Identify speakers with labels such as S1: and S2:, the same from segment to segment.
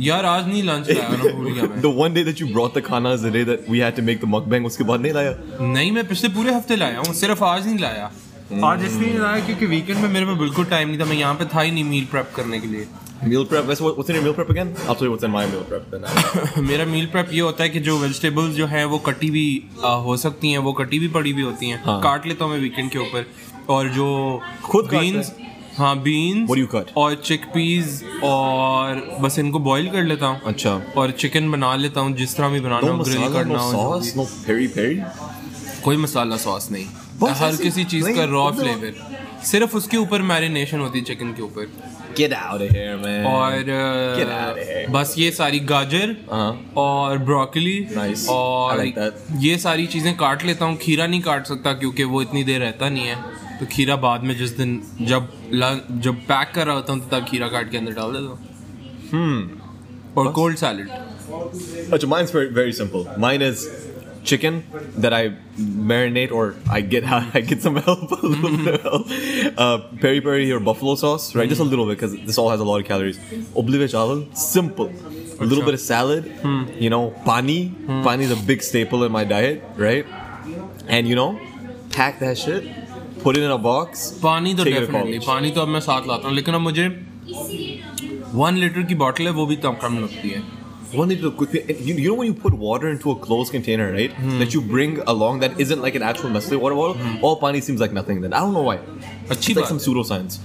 S1: यार आज नहीं लंच लाया ना भूल गया
S2: The one day that you brought the khana is the day that we had to make the mukbang. उसके बाद नहीं लाया.
S1: मैं नहीं मैं पिछले पूरे हफ्ते लाया हूँ सिर्फ आज नहीं लाया हम्म। आज इसलिए नहीं लाया क्योंकि वीकेंड में मेरे में बिल्कुल टाइम नहीं था मैं यहाँ पे था ही नहीं मील प्रेप करने के लिए
S2: Meal prep. What's, what's in your meal prep again? I'll tell you what's in my meal prep then.
S1: मेरा मील प्रेप ये होता है कि जो वेजिटेबल्स जो है वो कटी भी आ, हो सकती हैं वो कटी भी पड़ी भी होती हैं
S2: हाँ।
S1: काट लेता हूँ मैं वीकेंड के ऊपर और जो
S2: खुद काटते
S1: बीन्स हाँ beans
S2: What do you cut?
S1: और चिक पीज और बस इनको बॉईल कर लेता हूँ
S2: अच्छा.
S1: और चिकन बना लेता हूँ जिस तरह भी बनाना
S2: No
S1: हो ग्रिल
S2: masala,
S1: करना
S2: no
S1: हो जो
S2: sauce, no peri peri.
S1: भी। कोई मसाला सॉस नहीं
S2: बस
S1: हर
S2: ऐसे
S1: किसी चीज का
S2: plain
S1: रॉ
S2: एकदम।
S1: फ्लेवर सिर्फ उसके ऊपर मैरिनेशन होती है चिकन के ऊपर
S2: Get out of here, man.
S1: और
S2: Get out of here.
S1: अ, बस ये सारी गाजर
S2: हाँ।
S1: और ब्रोकली
S2: Nice. I
S1: और
S2: like that.
S1: ये सारी चीजें काट लेता हूँ खीरा नहीं काट सकता क्योंकि वो इतनी देर रहता नहीं है तो खीरा बाद में जिस दिन जब ला- जब पैक कर रहा होता हूँ तो तब खीरा काट के अंदर डाल देता हूँ
S2: Hmm।
S1: और कोल्ड सैलड
S2: अच्छा, Oh, mine's very, very simple. Mine is chicken that I marinate or I get I get some help, a little bit of help. Uh, peri peri or buffalo sauce, right? Just a little bit because this all has a lot of calories. Oblivious chawal, simple. A little bit of salad, you know, pani. Pani is a big staple in my diet, right? And you know, pack that shit, put it in a box.
S1: पानी तो
S2: take it to
S1: definitely
S2: college.
S1: पानी तो अब मैं साथ लाता हूँ लेकिन अब मुझे वन लीटर की बॉटल है वो भी तब कम लगती है
S2: One little quick thing. You, you know when you put water into a closed container, right? That you bring along that isn't like an actual Nestle water bottle. All pani seems like nothing then. I don't know why.
S1: अच्छी
S2: It's like
S1: बात
S2: some pseudoscience.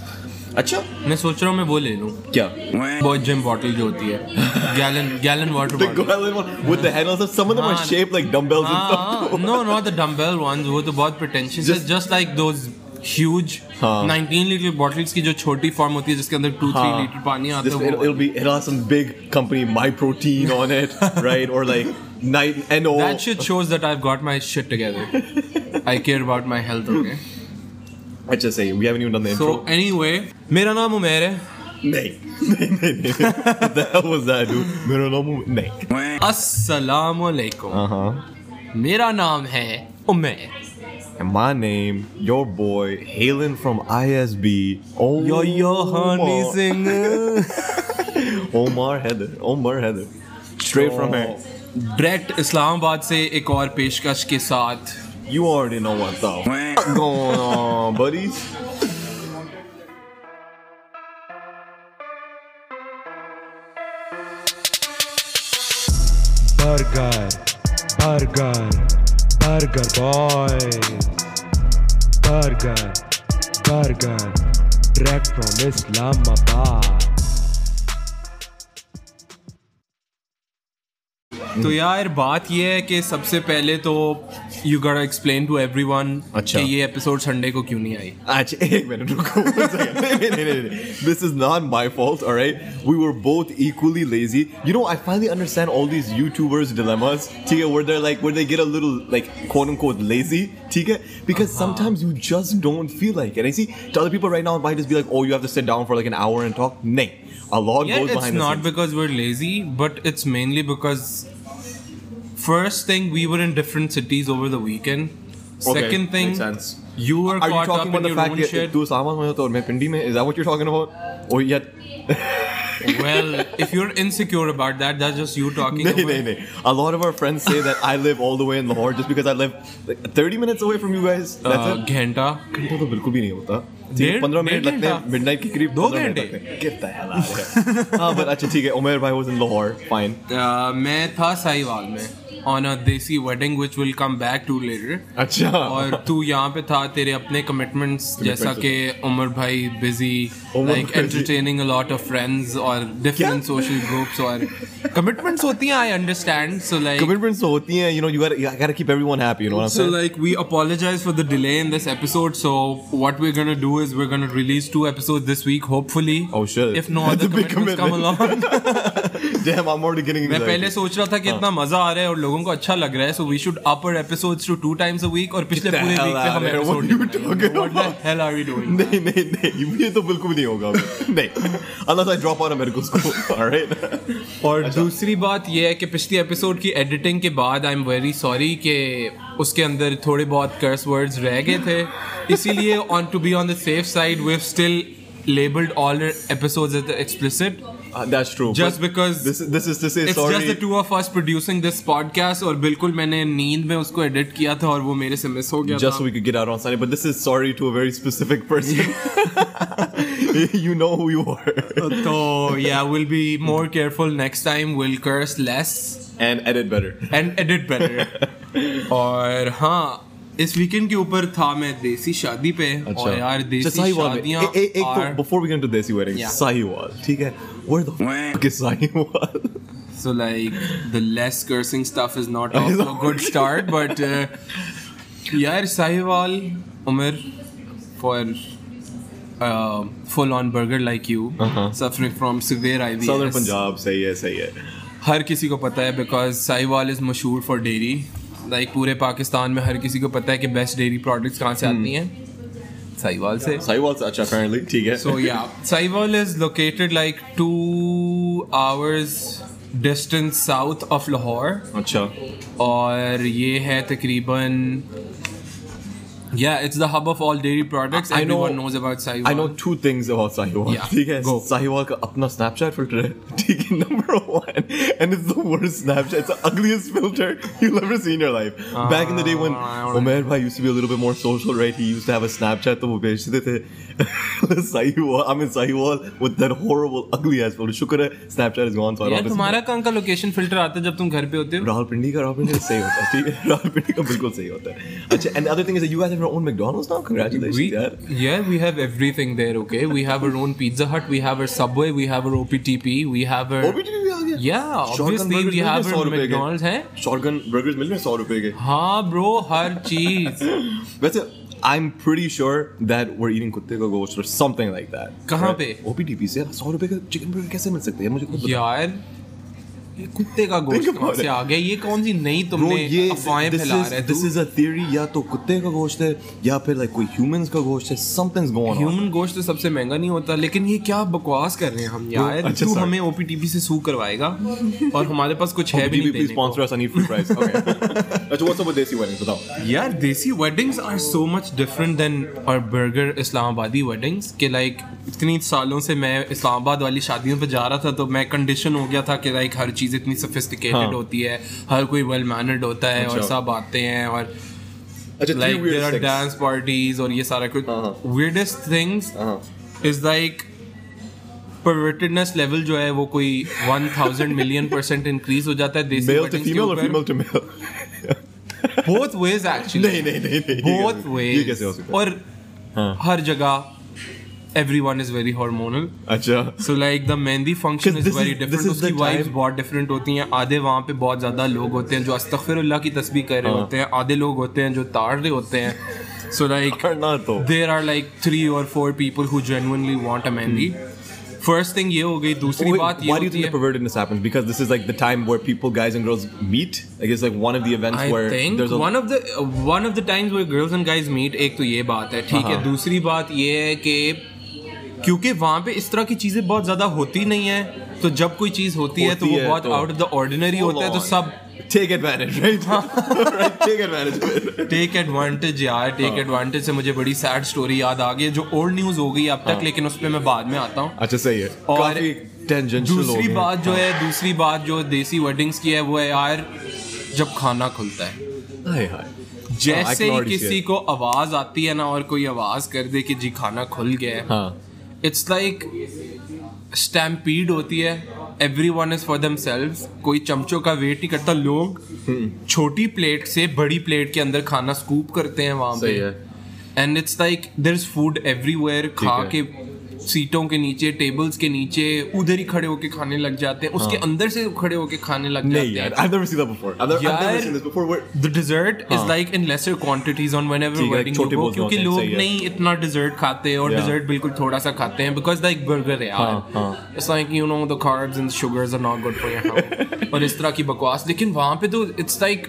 S2: Acha?
S1: है। मैं सोच रहा हूँ मैं वो ले लूँ
S2: Yeah.
S1: बहुत जिम बॉटल जो होती है gallon gallon water
S2: The
S1: bottle
S2: golden one with the handles. and Some of them are
S1: Ah.
S2: shaped like dumbbells and stuff.
S1: No not the dumbbell ones वो तो बहुत pretentious है
S2: Just-
S1: just like those huge
S2: हाँ।
S1: 19 litre bottles की जो छोटी form होती है जिसके अंदर 2 3
S2: Ah.
S1: लीटर पानी
S2: This-
S1: आता है
S2: it'll, it'll
S1: वो
S2: be it'll have some big company my protein on it, right? Or like night and all.
S1: That shit shows that I have got my shit together I care about my health okay
S2: I just say we haven't even done the
S1: so
S2: intro.
S1: Anyway मेरा नाम उमेर है
S2: Nay. Nay, nay, nay. What the hell was that, dude? Mirror no move. Nay.
S1: अस्सलाम वालेकुम
S2: Uh-huh.
S1: मेरा नाम है Umer
S2: And my name, your boy, hailing from ISB. Omar,
S1: yo yo Honey Singh
S2: Omar Heather. Omar Heather. Straight from here.
S1: Direct Islamabad से एक और पेशकश के साथ
S2: You already know what's up. going on, buddies?
S3: Burger, burger, burger boys. Burger, burger, direct from Islamabad.
S1: तो यार बात ये है कि सबसे पहले तो you got explain to everyone
S2: अच्छा।
S1: कि ये एपिसोड संडे को क्यों नहीं आई
S2: Actually, hey, man, रुको, one second. Wait, wait, wait, wait, wait. This is not my fault, all right? We were both equally lazy. You know, I finally understand all these YouTubers' dilemmas, Tika, where they're like, where they get a little, like, quote unquote, lazy, Tika, because
S1: Uh-huh.
S2: sometimes you just don't feel like it. And see, to other people right now, it might just be like, oh, you have to sit down for like an hour and talk. Nay, a lot
S1: Yeah,
S2: goes
S1: it's
S2: behind
S1: not
S2: the scenes.
S1: because we're lazy, but it's mainly because first thing we were in different cities over the weekend.
S2: Okay,
S1: Second thing,
S2: makes sense.
S1: you were
S2: Are you
S1: caught
S2: talking
S1: up in
S2: about the
S1: your
S2: fact
S1: own
S2: that
S1: shit.
S2: tu Islamabad mein ho to aur main Pindi mein? Is that what you're talking about? Or yet,
S1: well, if you're insecure about that, that's just you talking.
S2: Nay,
S1: about
S2: nay, nay. A lot of our friends say that I live all the way in Lahore just because I live like 30 minutes away from you guys. That's
S1: uh,
S2: it.
S1: घंटा
S2: घंटा तो बिल्कुल भी नहीं होता
S1: डेढ़-
S2: 15 minute
S1: डेढ़
S2: लगते हैं
S1: घंटा?
S2: मिडनाइट के करीब
S1: दो
S2: 15 मिनट
S1: घंटे?
S2: लगते हैं। Get the hell out of here. हाँ but अच्छा ठीक है उमेर भाई was in Lahore fine
S1: uh, मैं था साहिवाल में on a desi wedding which we'll come back to later.
S2: अच्छा
S1: और तू यहाँ पे था तेरे अपने कमिटमेंट्स जैसा कि उमर भाई बिजी
S2: तो उमर
S1: लाइक
S2: भाई busy.
S1: Entertaining a lot of friends और डिफरेंट
S2: क्या?
S1: सोशल ग्रुप्स और कमिटमेंट्स होती हैं I understand so like
S2: commitments तो होती हैं you know you are I got keep everyone happy you know what
S1: So
S2: I am
S1: like we apologize for the delay in this episode. So what we're gonna do is we're gonna release two episodes this week, hopefully.
S2: Oh, shit.
S1: If no
S2: That's
S1: other
S2: a big
S1: commitments come along.
S2: Saying damn I am already getting
S1: मैं पहले सोच रहा था कि इतना मजा आ रहा है और लोगों को अच्छा लग रहा है. So we should up our episodes to two times a week. और पिछले
S2: the
S1: पूरे
S2: hell
S1: week पे
S2: out
S1: हम
S2: of here. What
S1: episode
S2: are you
S1: नहीं बनाएंगे.
S2: talking
S1: What the
S2: about?
S1: hell are we doing?
S2: नहीं नहीं नहीं ये तो बिल्कुल भी नहीं होगा नहीं unless I drop out of medical school alright
S1: और
S2: अच्छा।
S1: दूसरी बात यह है कि पिछली एपिसोड की एडिटिंग के बाद आई एम वेरी सॉरी कि उसके अंदर थोड़े बहुत कर्स वर्ड्स रह गए थे इसीलिए on to be on the safe side we have still labelled all episodes as explicit
S2: Uh, that's true.
S1: Just
S2: But
S1: because
S2: this is this is this is
S1: it's
S2: sorry.
S1: Just the two of us producing this podcast और बिल्कुल मैंने नींद में उसको edit किया था और वो मेरे से मिस हो गया
S2: just so
S1: था
S2: we could get out on Sunday, but this is sorry to a very specific person. you know who you are.
S1: तो yeah will be more careful next time will curse less
S2: And edit better.
S1: And edit better और हाँ इस weekend के ऊपर था मैं देसी शादी पे
S2: अच्छा।
S1: और यार
S2: Just
S1: देसी
S2: Sahiwal में-
S1: शादियां
S2: ए- ए- एक तो
S1: are-
S2: before we get into Desi wedding,
S1: Yeah.
S2: Sahiwal, ठीक है? Where the fuck is Sahiwal?
S1: So like the less cursing stuff is not off to a good start, but uh, yeah, Sahiwal Umar for uh, full-on burger like you, suffering from severe IBS.
S2: Uh-huh. Southern Punjab, सही है, सही है.
S1: हर किसी को पता है because Sahiwal is मशहूर for dairy like पूरे पाकिस्तान में हर किसी को पता है कि बेस्ट डेयरी प्रोडक्ट्स कहाँ से आती
S2: Hmm.
S1: हैं साहिवाल से
S2: Sahiwal's अच्छा apparently, ठीक है?
S1: So yeah, Saival is located like two hours distance south of Lahore,
S2: अच्छा.
S1: और ये है तकरीबन yeah, it's the hub of all dairy products.
S2: I- I know-
S1: Everyone knows about Saival.
S2: I know two things about Sahiwal.
S1: Yeah,
S2: ठीक है?
S1: go.
S2: Sahiwal का अपना Snapchat filter है. ठीक है? Number one. And it's the worst Snapchat. It's the ugliest filter you'll ever see in your life. Back in the day when
S1: Ah, I don't-
S2: Omer bhai used to be a little bit more social, right? He used to have a Snapchat तो वो भेजते थे. Sahiwal, I mean Sahiwal with that horrible ugly ass filter. शुक्र है Snapchat is gone. So I
S1: यार
S2: don't have to see
S1: तुम्हारा कहाँ का लोकेशन फिल्टर आता है जब तुम घर पे होते हो
S2: राहुल पिंडी का राहुल पिंडी का सही होता है ठीक है राहुल पिंडी का बिल्कुल सही होता है अच्छा and other thing is you guys have your own McDonald's now
S1: We,
S2: congratulations यार
S1: yeah, we have everything there, okay? We have our own Pizza Hut, we have our Subway, we have our OPTP, we have our...
S2: OBD भी आ गया
S1: Yeah, obviously we have our McDonald's, हैं?
S2: Shotgun burgers मिल रहे 100 रुपए के
S1: हाँ bro हर चीज
S2: वैसे I am pretty sure that we are eating कुत्ते का गोश्त और समथिंग लाइक दैट
S1: कहाँ पे?
S2: ओपीडीपी से 100 रुपए का चिकन बर्गर कैसे मिल सकता है यार मुझे खुद बताओ
S1: यार ये कुत्ते का गोश्त
S2: Think
S1: कहाँ
S2: about
S1: से
S2: it.
S1: आ गया ये कौन सी नई
S2: Bro,
S1: तुमने
S2: ये
S1: अफवाहें
S2: this
S1: फैला
S2: is-
S1: रहे
S2: this
S1: हो
S2: is a theory या तो कुत्ते का गोश्त है या फिर like कोई humans का गोश्त है something's going on
S1: ह्यूमन गोश्त तो सबसे महंगा नहीं होता लेकिन ये क्या बकवास कर रहे हैं हम यार
S2: अच्छा,
S1: तू
S2: sorry.
S1: हमें ओपीटीपी से सू करवाएगा और हमारे पास कुछ है भी नहीं
S2: OPDP,
S1: देने
S2: sponsor
S1: को
S2: us I need free fries okay अच्छा what's up with desi weddings बताओ
S1: यार desi weddings are so much different than और बर्गर इस्लामाबादी वेडिंग्स कि लाइक इतनी सालों से मैं इस्लामाबाद वाली शादियों पे जा रहा था तो मैं कंडीशन हो गया था कि लाइक हर चीज़ इतनी सोफिस्टिकेटेड
S2: हाँ।
S1: होती है हर कोई वेल मैनर्ड होता है और
S2: अच्छा।
S1: सब आते हैं और
S2: अच्छा three
S1: like
S2: weird
S1: there are
S2: things.
S1: dance parties और ये सारा कुछ
S2: हाँ, हाँ.
S1: weirdest things
S2: हाँ.
S1: is like pervertedness level जो है वो कोई 1000 million percent increase हो जाता है देसी
S2: male to
S1: weddings के
S2: female or
S1: ऊपर.
S2: female to male
S1: both ways actually
S2: नहीं नहीं नहीं नहीं, ये
S1: both
S2: कैसे- ये
S1: ways
S2: कैसे हो सकता है हाँ।
S1: और हर जगह everyone is very hormonal
S2: अच्छा
S1: so like the mehndi function
S2: 'Cause
S1: is
S2: this
S1: very
S2: is- this
S1: different
S2: is the
S1: उसकी वाइब्स
S2: time-
S1: बहुत different होती हैं आधे वहाँ पे बहुत ज़्यादा लोग होते हैं जो अस्तगफिरुल्लाह की तस्बीह कर रहे
S2: हाँ.
S1: होते हैं आधे लोग होते हैं जो ताड़ रहे होते हैं so like
S2: करना तो
S1: there are like three or four people who genuinely want a mehndi. First thing ये हो गई दूसरी
S2: Hmm. Wait,
S1: बात ये
S2: why do you
S1: होती
S2: think the
S1: है
S2: pervertedness happens? Because this is like the time where people, guys and girls, meet. Like it's like one of the events
S1: I
S2: where
S1: think
S2: there's a
S1: one of the one of the times where girls and guys meet एक तो ये बात है ठीक है
S2: हाँ।
S1: दूसरी बात ये है कि क्योंकि वहाँ पे इस तरह की चीजें बहुत ज्यादा होती नहीं है तो जब कोई चीज होती है तो
S2: होती
S1: वो
S2: है
S1: बहुत
S2: तो-
S1: out of the ordinary
S2: Hold
S1: होता है तो
S2: on.
S1: सब
S2: take advantage, right? right? Take advantage of it.
S1: Take advantage यार
S2: Uh-huh.
S1: टेक एडवांटेज से मुझे बड़ी सैड स्टोरी याद आ गई है, जो ओल्ड न्यूज हो गई अब तक
S2: Uh-huh.
S1: लेकिन उस पर मैं बाद में आता हूँ
S2: अच्छा सही है.
S1: और
S2: काफी tangential हो
S1: दूसरी
S2: गए.
S1: बात जो है दूसरी बात जो देसी वेडिंग्स की है वो है यार जब खाना खुलता है
S2: हाय हाय. हाँ, I
S1: जैसे
S2: can
S1: ही
S2: already see
S1: किसी
S2: it.
S1: को आवाज आती है ना और कोई आवाज कर दे कि जी खाना खुल गया है
S2: हाँ.
S1: इट्स लाइक स्टैम्पीड होती है every one is for them कोई चमचों का वेट नहीं करता लोग
S2: हम्म.
S1: छोटी प्लेट से बड़ी प्लेट के अंदर खाना स्कूप करते हैं वहां
S2: सही है.
S1: पे and it's like there is food everywhere खा
S2: है।
S1: के सीटों के नीचे टेबल्स के नीचे उधर ही खड़े होके खाने लग जाते हैं उसके अंदर से खड़े होके खाने लग
S2: हाँ. नहीं
S1: जाते
S2: यार.
S1: हैं
S2: I've never seen that before. I've never, I've never
S1: यार.
S2: seen this before. Where
S1: the dessert is
S2: हाँ।
S1: Like in lesser quantities on whenever
S2: ठीक है,
S1: वेडिंग
S2: छोटे
S1: गो
S2: बहुत
S1: क्योंकि
S2: होते हैं,
S1: लोग
S2: सही है।
S1: नहीं इतना डिजर्ट खाते और
S2: Yeah.
S1: डिजर्ट बिल्कुल थोड़ा सा खाते हैं बिकॉज लाइक बर्गर है
S2: हाँ, हाँ।
S1: यार it's like you know the carbs and sugars are not good for your health और इस तरह की बकवास लेकिन वहां पे तो इट्स लाइक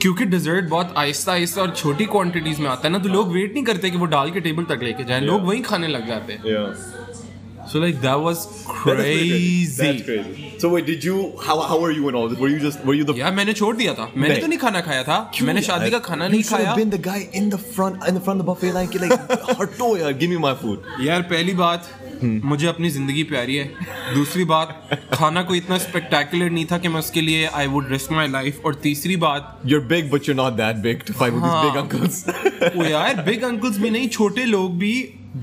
S1: क्योंकि डिजर्ट बहुत आहिस्ता आहिस्ता और छोटी क्वांटिटीज में आता है ना तो लोग वेट नहीं करते कि वो डाल के टेबल तक लेके जाएं लोग वहीं खाने लग जाते हैं
S2: yeah.
S1: So like that was
S2: That is pretty
S1: crazy.
S2: That's crazy. So wait, did you? How how were you in all this? Were you just were you the?
S1: यार मैंने छोड़ दिया था मैंने
S2: नहीं।
S1: तो नहीं खाना खाया था
S2: Dude,
S1: मैंने शादी का
S2: I-
S1: खाना
S2: you
S1: नहीं
S2: should have
S1: खाया
S2: Been the guy in the front in the front of the buffet line, कि like हटो यार, give me my food.
S1: यार पहली बात
S2: हम्म।
S1: मुझे अपनी जिंदगी प्यारी है दूसरी बात खाना कोई इतना स्पेक्टेकुलर नहीं था कि मैं उसके लिए I would risk my life और तीसरी बात
S2: You're big, but you're not that big to fight with these
S1: हाँ।
S2: big uncles.
S1: वो यार बिग अंकल्स भी नहीं छोटे लोग भी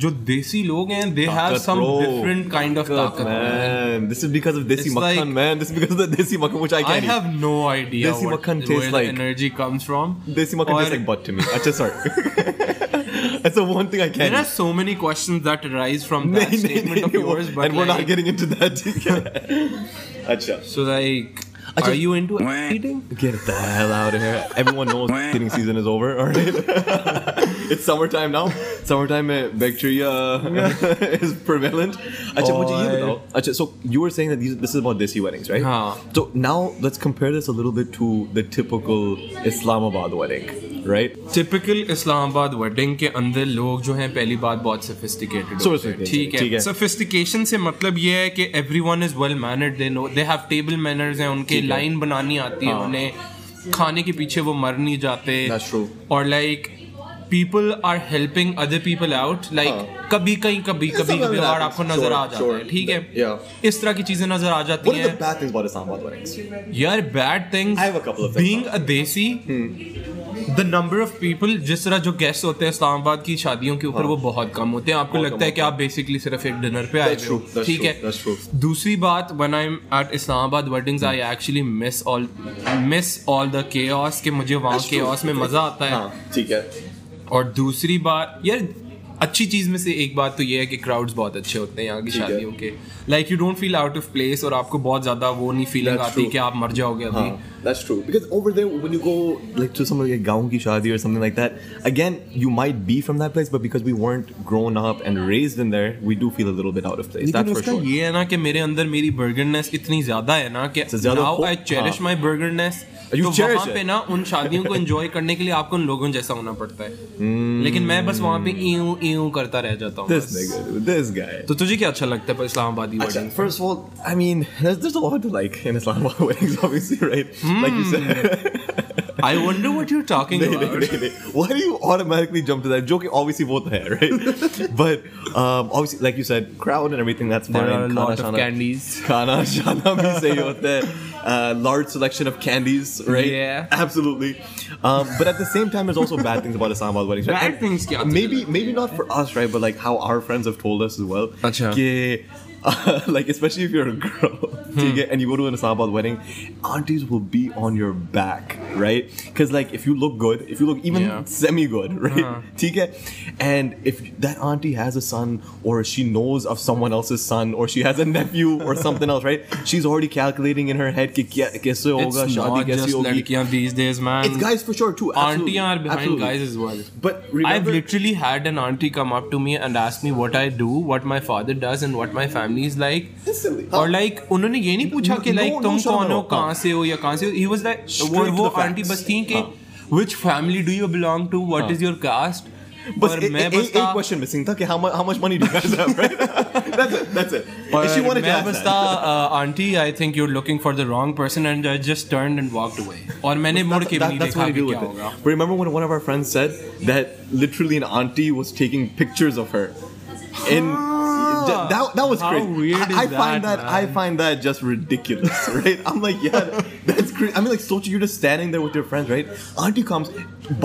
S1: जो देसी लोग हैं they have
S2: Takat,
S1: some
S2: bro.
S1: Different kind of
S2: God,
S1: ताकत
S2: man, this is because of desi
S1: It's
S2: makhan,
S1: like-
S2: man. This is because of the desi makhan, which I
S1: I
S2: can't.
S1: have no idea
S2: Desi
S1: what,
S2: makhan
S1: where
S2: tastes
S1: the
S2: like-
S1: energy comes from.
S2: eat. Desi makhan
S1: और
S2: tastes like butt to me. Achha, sorry. That's the one thing I
S1: There
S2: can't.
S1: are
S2: eat.
S1: so many questions that arise from
S2: Nahi,
S1: that
S2: nahi,
S1: statement
S2: nahi,
S1: of
S2: wo-
S1: yours, but
S2: and we're not
S1: like-
S2: getting into that. Achha.
S1: So like,
S2: Achha.
S1: are you into eating?
S2: Get the hell out of here. Everyone knows eating season is over, all right? it's summertime now. Summertime mein bacteria is prevalent. Achha, mujhe ye
S1: Boy.
S2: batao. Achha, so you were saying that these, this is about desi weddings, right?
S1: हाँ.
S2: So now let's compare this a little bit to the typical Islamabad wedding, right?
S1: Typical Islamabad wedding के अंदर लोग जो हैं पहली बात बहुत sophisticated
S2: Sophisticated,
S1: ठीक
S2: ठीक है।
S1: है सोफिस्टिकेशन से मतलब ये है कि everyone is well mannered they know they have table manners हैं उनके
S2: ठीक है।
S1: लाइन बनानी आती है
S2: हाँ।
S1: उन्हें खाने के पीछे वो मर नहीं जाते
S2: That's true.
S1: और like people are helping other people out like
S2: हाँ।
S1: कभी कहीं कभी कभी
S2: something
S1: कभी
S2: that
S1: और
S2: happens.
S1: आपको नजर
S2: Sure,
S1: आ जाता
S2: sure.
S1: है ठीक है
S2: Yeah.
S1: इस तरह की चीजें नजर आ जाती
S2: What are the
S1: हैं
S2: bad things about Islamabad weddings?
S1: यार bad things
S2: I have a couple of things. Hmm.
S1: Being a desi the number of people जिस तरह जो गेस्ट होते हैं इस्लामाबाद की शादियों के ऊपर वो बहुत कम होते हैं आपको
S2: हाँ। बहुत
S1: लगता है
S2: कम
S1: कि आप बेसिकली सिर्फ एक डिनर पे आए
S2: That's
S1: हुए हो,
S2: true, that's
S1: ठीक
S2: true, that's true. Hmm.
S1: है दूसरी बात when I am at Islamabad weddings I actually miss all miss all the chaos कि मुझे वहाँ
S2: That's true.
S1: केओस में मजा आता है
S2: हाँ, ठीक है.
S1: और दूसरी बात यार अच्छी चीज में से एक बात तो ये है कि क्राउड्स बहुत अच्छे होते हैं यहाँ की
S2: ठीक है।
S1: शादियों के like you don't feel out of place और आपको बहुत ज्यादा वो नहीं फीलिंग
S2: That's
S1: आती
S2: true. हाँ।
S1: कि आप मर जाओगे अभी
S2: Huh, that's true. Because over there, when you go like to some like gaon ki shadi or something like that, again, you might be from that place, but because we weren't grown up and raised in there, we do feel a little bit out of place.
S1: लेकिन
S2: That's for
S1: उसका
S2: sure.
S1: ये है ना कि मेरे अंदर मेरी बर्गरनेस इतनी ज्यादा है ना कि
S2: तो ज्यादा
S1: नाउ
S2: हो-
S1: आई चेरिश
S2: हाँ।
S1: माय बर्गरनेस
S2: You
S1: तो
S2: cherish
S1: वहां
S2: it.
S1: पे ना उन शादियों को एंजॉय करने के लिए आपको उन लोगों जैसा होना पड़ता है लेकिन मैं बस वहां पे यूं यूं करता रह जाता हूँ
S2: Hmm. This nigga, अच्छा। dude, this guy.
S1: तो तुझे क्या अच्छा लगता है इस्लामाबादी
S2: Actually,
S1: wedding
S2: First of all, I mean, there's, there's a lot to like in Islamabad weddings, obviously, right? Like Hmm. you said.
S1: I wonder what you are talking
S2: नहीं, नहीं,
S1: about
S2: नहीं, नहीं. Why do you automatically jump to that? Joking, obviously, both hai, right? but um, obviously, like you said, crowd and everything, that's fine.
S1: There are a
S2: Khana
S1: lot of
S2: shana.
S1: Candies
S2: खाना शाना भी सही होता है uh, large selection of candies right
S1: Yeah.
S2: absolutely um, but at the same time there's also bad things about Islamabad weddings right?
S1: Bad
S2: And
S1: things क्या होते
S2: maybe maybe not for us right but like how our friends have told us as well
S1: अच्छा।
S2: कि, uh, like especially if you're a girl
S1: Hmm.
S2: ठीक है, and you go to an Islamabad wedding aunties will be on your back right because like if you look good if you look even
S1: Yeah. Uh-huh.
S2: semi good right ठीक है? and if that auntie has a son or she knows of someone else's son or she has a nephew or something else right she's already calculating in her head कि क्या कैसे होगा
S1: it's
S2: शादी
S1: not
S2: कैसे
S1: just
S2: होगी
S1: लड़कियां these days
S2: it's
S1: man
S2: guys for sure too absolutely,
S1: aunties are behind
S2: absolutely.
S1: guys as well
S2: but
S1: I've
S2: remember
S1: literally had an auntie come up to me and ask me what I do, what my father does, and what my family is like.
S2: Instantly,
S1: और
S2: हाँ.
S1: like उन्होंने ये नहीं पूछा कि
S2: No,
S1: like
S2: no,
S1: तुम
S2: शर्म
S1: कौन हो
S2: करो,
S1: कहाँ
S2: हाँ.
S1: से हो या कहाँ से हो ही वाज दैट
S2: Straight
S1: वो
S2: to
S1: वो
S2: the facts.
S1: आंटी बस थी कि
S2: हाँ.
S1: Which family do you belong to what is your caste
S2: बस
S1: पर
S2: ए,
S1: मैं
S2: ए,
S1: बस
S2: ए, एक क्वेश्चन मिसिंग था कि how much, how much money do you guys have right that's it that's it if she
S1: पर
S2: wanted to
S1: मैं
S2: ask
S1: बस
S2: that.
S1: था aunty I think you are looking for the wrong person and I just turned and walked away और मैंने मुड़ के भी
S2: That-
S1: नहीं
S2: that's
S1: देखा
S2: what I
S1: कि
S2: do
S1: क्या
S2: with it.
S1: होगा
S2: But remember when one of our friends said that literally an auntie was taking pictures of her, and that that, that was
S1: Ah, How
S2: crazy.
S1: weird
S2: I, I
S1: is
S2: find
S1: that,
S2: that I
S1: man?
S2: find that just ridiculous, right? I'm like, yeah, that's crazy. I mean, like, Sochi, you're just standing there with your friends, right? Auntie comes,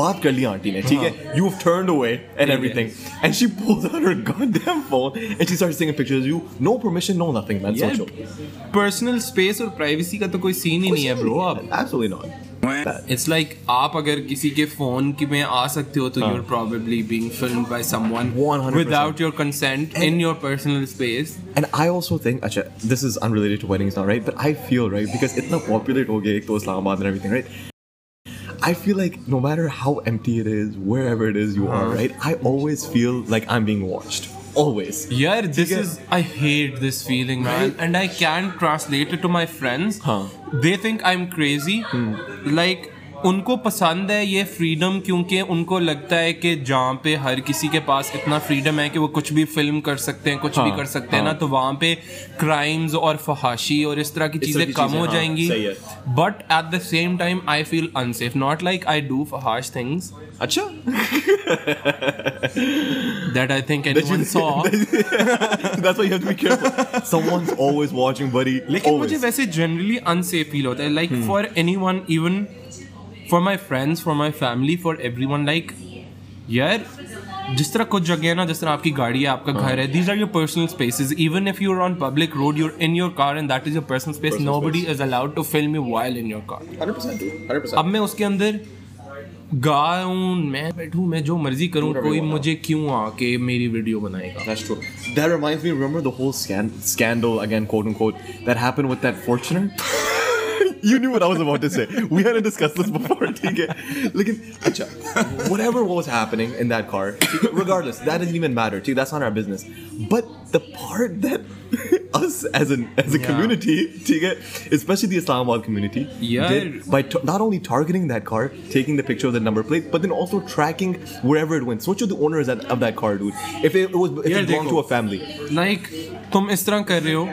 S2: baat kar li auntie ne, theek hai? You've turned away and
S1: है.
S2: everything, and she pulls out her goddamn phone and she starts taking pictures of you. No permission, no nothing, man.
S1: यार
S2: Sochi.
S1: Personal space और privacy का तो कोई scene ही नहीं है bro अब
S2: Absolutely not. That-
S1: it's like like, आप अगर किसी के फोन की में आ सकते हो तो you are probably being filmed by someone
S2: 100%.
S1: Without your consent in your personal space
S2: And I also think, actually, this is unrelated to weddings now, right? But I feel, right, because it's not popular to get to Islamabad and everything, right? I feel like no matter how empty it is, wherever it is you
S1: Uh-huh.
S2: are, right? I always feel like I'm being watched. Always.
S1: यार this
S2: है।
S1: Is I hate this feeling man and I can translate it to my friends
S2: हाँ। Hmm.
S1: They think I am crazy like उनको पसंद है ये freedom क्योंकि उनको लगता है कि जहाँ पे हर किसी के पास इतना फ्रीडम है कि वो कुछ भी फिल्म कर सकते हैं कुछ भी
S2: हाँ,
S1: कर सकते हैं ना
S2: हाँ।
S1: तो वहाँ पे क्राइम्स और फहाशी और इस तरह की
S2: तरह
S1: चीज़ें
S2: की
S1: कम
S2: चीजें,
S1: हो
S2: हाँ,
S1: जाएंगी
S2: सही है।
S1: But at the same time I feel unsafe not like I do फहाश थिंग्स
S2: अच्छा
S1: that I think anyone saw
S2: that's why you have to be careful someone's always watching buddy
S1: लेकिन
S2: always. Hmm.
S1: मुझे वैसे generally unsafe feel होता है like for anyone even for my friends for my family for everyone like यार जिस तरह कुछ जगह है ना जिस तरह आपकी गाड़ी है आपका घर है
S2: हाँ.
S1: These are your personal spaces even if you are on public road you're in your car and that is your personal space
S2: Personal
S1: nobody is allowed to film you while in your car
S2: 100% dude, 100%
S1: अब मैं उसके अंदर गाऊं मैं बैठूं मैं जो मर्जी करूं
S2: Whatever you
S1: कोई
S2: want.
S1: मुझे क्यों आके मेरी वीडियो बनाएगा
S2: That's true. That reminds me, remember the whole scan- scandal, again, quote unquote, that happened with that Fortuner? you knew what I was about to say. We hadn't discussed this before. TK. Look at, acha, whatever was happening in that car, regardless, that doesn't even matter. TK, that's not our business. But the part that us as an as a
S1: Yeah.
S2: community, TK, especially the Islamabad community,
S1: Yeah.
S2: did by t- not only targeting that car, taking the picture of the number plate, but then also tracking wherever it went. Socho the owner is that, of that car, dude. If it, it was if
S1: Yeah,
S2: it belonged to
S1: देखो।
S2: a family,
S1: like तुम इस तरह कर रहे हो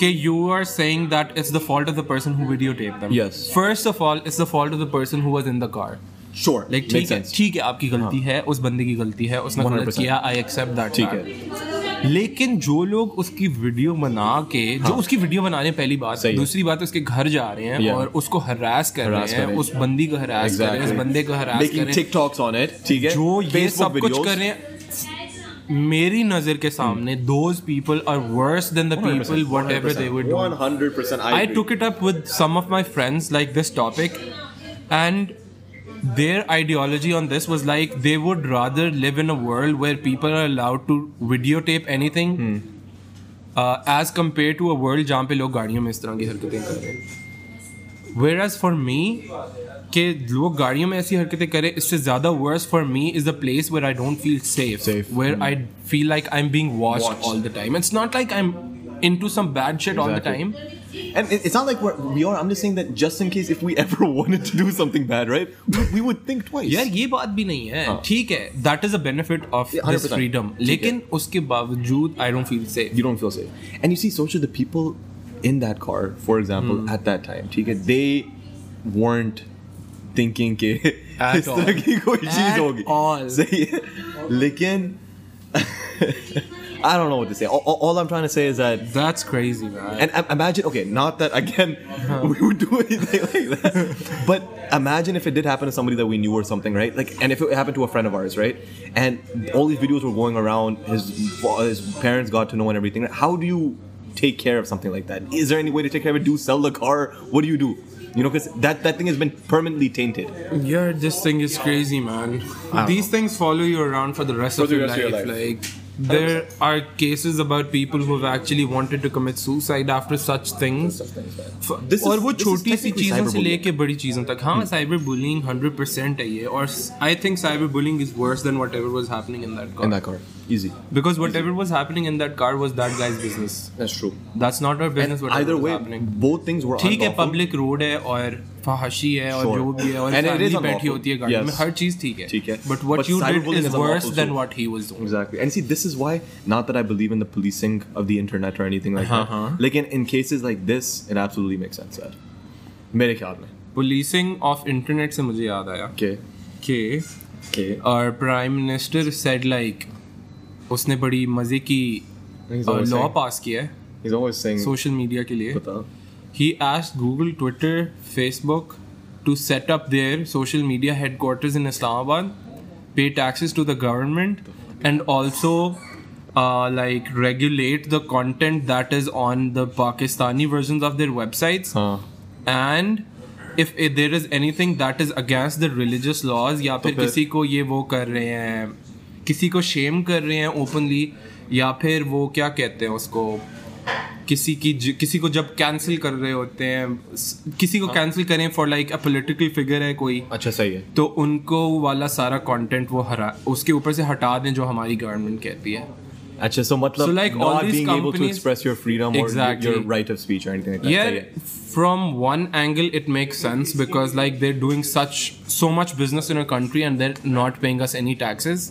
S1: कि you are saying that it's the fault of the person who video tape them
S2: Yes.
S1: First of all it's the fault of the person who was in the car
S2: sure,
S1: like
S2: makes
S1: ठीक है
S2: sense. हाँ.
S1: ठीक है आपकी गलती है उस बंदे की गलती है उसने गलत
S2: 100%
S1: किया आई एक्सेप्ट दैट
S2: ठीक
S1: लेकिन जो लोग उसकी वीडियो बना के जो उसकी वीडियो बना रहे हैं पहली बात
S2: हाँ. सही है।
S1: दूसरी बात उसके घर जा रहे हैं
S2: Yeah.
S1: और उसको हरास कर
S2: Harass
S1: रहे
S2: कर
S1: हैं
S2: रहे हैं।
S1: उस बंदी को हरास कर रहे हैं उस बंदे को हरास कर
S2: Making
S1: रहे हैं
S2: TikToks on it. ठीक है?
S1: जो ये
S2: Facebook
S1: सब कुछ
S2: videos.
S1: कर रहे हैं मेरी नजर के सामने those people are worse than the people
S2: 100%,
S1: whatever they would
S2: 100%. I,
S1: I
S2: agree.
S1: Took it up with some of my friends like this topic and Their ideology on this was like they would rather live in a world where people are allowed to videotape anything
S2: Hmm.
S1: uh, as compared to a world जहाँ पे लोग गाड़ियों में इस तरह की हरकतें कर रहे हैं वेयर एज फॉर मी कि लोग गाड़ियों में ऐसी हरकतें करें इससे ज़्यादा worse for me is the place where I don't feel safe
S2: Safe, Hmm.
S1: Where I feel like I am being watched
S2: Watched.
S1: All the time it's not like I am into some bad shit all the
S2: Exactly.
S1: Time
S2: And it- it's not like we're, we are. I'm just saying that just in case if we ever wanted to do something bad, right? We, we would think twice.
S1: यार ये बात भी नहीं है
S2: हाँ।
S1: ठीक है that is a benefit of
S2: Yeah,
S1: this
S2: 100%,
S1: freedom
S2: ठीक
S1: लेकिन उसके बावजूद I don't feel safe
S2: you don't feel safe. And you see, so should the people in that car, for example,
S1: Hmm.
S2: at that time, ठीक है, they weren't thinking के
S1: At
S2: इस तरह
S1: all.
S2: की कोई चीज
S1: At
S2: होगी
S1: all.
S2: सही है लेकिन I don't know what to say. All, all- all I'm trying to say is that,
S1: that's crazy man
S2: and im- imagine, okay, not that again we would do anything like that, but imagine if it did happen to somebody that we knew or something, right? Like, and if it happened to a friend of ours, right? And all these videos were going around. His fa- his parents got to know and everything. How do you take care of something like that? Is there any way to take care of it? Do you sell the car? What do you do? You know, because that that thing has been permanently tainted.
S1: यार this thing is crazy man these things follow you around for the rest of
S2: the
S1: your
S2: rest of your
S1: life
S2: life.
S1: Like There are cases about people who have actually wanted to commit suicide after such things.
S2: This is-
S1: और वो
S2: this is
S1: छोटी सी
S2: technically
S1: चीजों से
S2: cyberbullying. Hmm.
S1: लेके बड़ी चीजों तक हाँ साइबर बुलिंग 100% है ये और I think cyber bullying is worse than whatever was happening in that
S2: In
S1: car
S2: that car, easy.
S1: Because whatever was happening in that car was that guy's business
S2: That's true.
S1: That's not our business. whatever
S2: Either
S1: is
S2: way,
S1: happening.
S2: both things were
S1: ठीक है
S2: unlawful.
S1: Public road है और फहाशी है और
S2: Sure.
S1: जो भी है और
S2: And it
S1: फैमिली
S2: is
S1: बैठी
S2: unlawful.
S1: होती है गाड़ी
S2: Yes.
S1: में हर चीज ठीक है
S2: ठीक है.
S1: But what
S2: But
S1: you did
S2: cyberbullying
S1: is
S2: is unlawful
S1: worse than
S2: too.
S1: What he was doing
S2: Exactly. And see, this is why, not that I believe in the policing of the internet or anything like
S1: Uh-huh.
S2: that. Like in, in cases like this, it absolutely makes sense that. मेरे ख्याल में.
S1: Policing of internet से मुझे याद आया
S2: Okay.
S1: कि
S2: Okay.
S1: और prime minister said like उसने बड़ी मजे की
S2: He's always
S1: law
S2: saying- Hmm.
S1: Pass किया है
S2: He's always saying.
S1: Social media के लिए
S2: बताओ.
S1: He asked Google, Twitter, Facebook to set up their social media headquarters in Islamabad, pay taxes to the government, and also uh, like regulate the content that is on the Pakistani versions of their websites.
S2: हाँ.
S1: And if it, there is anything that is against the religious laws, या फिर
S2: फिर-
S1: किसी को ये वो कर रहे हैं किसी को शेम कर रहे हैं ओपनली या फिर वो क्या कहते हैं उसको किसी की ज- किसी को जब कैंसिल कर रहे होते हैं स- किसी को कैंसिल करें for like a political figure है कोई
S2: अच्छा सही है.
S1: तो उनको वाला सारा कंटेंट वो हरा उसके ऊपर से हटा दें जो हमारी गवर्नमेंट कहती है
S2: At just so much
S1: So, like,
S2: not
S1: all these
S2: being able to
S1: companies-
S2: express your freedom
S1: Exactly.
S2: or your- your right of speech or anything like that.
S1: yeah
S2: So,
S1: from one angle it makes sense because like they're doing such so much business in a country and they're not paying us any taxes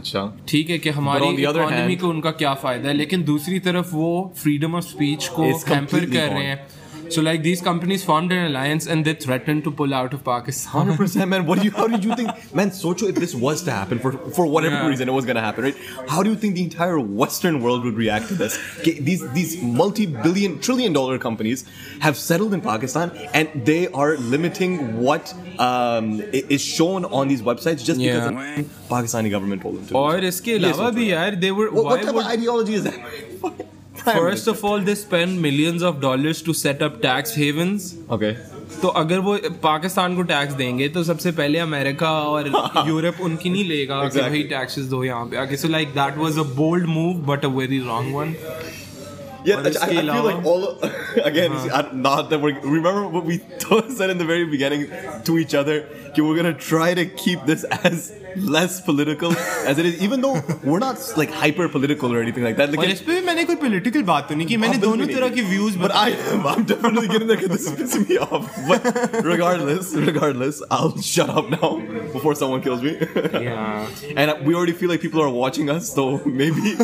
S2: Acha.
S1: ठीक है कि हमारी
S2: on the other
S1: economy
S2: hand-
S1: को उनका क्या फायदा है लेकिन दूसरी तरफ वो फ्रीडम ऑफ स्पीच को
S2: It's
S1: हैम्पर
S2: completely
S1: कर रहे
S2: gone.
S1: हैं so like these companies formed an alliance and they threaten to pull out of Pakistan
S2: 100% man what do you how did you think man socho if this was to happen for for whatever
S1: Yeah.
S2: reason it was gonna happen right how do you think the entire western world would react to this Okay, these these multi-billion trillion dollar companies have settled in pakistan and they are limiting what um, i- is shown on these websites just because
S1: Yeah.
S2: the pakistani government told them to
S1: और इसके
S2: Yes,
S1: अलावा
S2: that's
S1: भी
S2: right.
S1: यार they were
S2: what, what type of ideology is that Prime
S1: first
S2: Minister.
S1: Of all they spend millions of dollars to set up tax havens
S2: okay
S1: तो अगर वो पाकिस्तान को tax देंगे तो सबसे पहले अमेरिका और यूरोप उनकी नहीं लेगा कि
S2: Exactly.
S1: भाई टैक्सेस दो यहाँ पे आगे so like that was a bold move but a very wrong one
S2: Yeah,
S1: But
S2: I, I
S1: still,
S2: feel like
S1: uh,
S2: all again. see, I, not that we're remember what we said in the very beginning to each other. Okay, we're gonna try to keep this as less political as it is, even though we're not like hyper political or anything like that.
S1: और
S2: Like,
S1: इस पे भी मैंने कोई political बात तो नहीं की मैंने दोनों तरह के views
S2: but I am. I'm definitely getting there because this pisses me off. But regardless, regardless, I'll shut up now before someone kills me. And we already feel like people are watching us, so maybe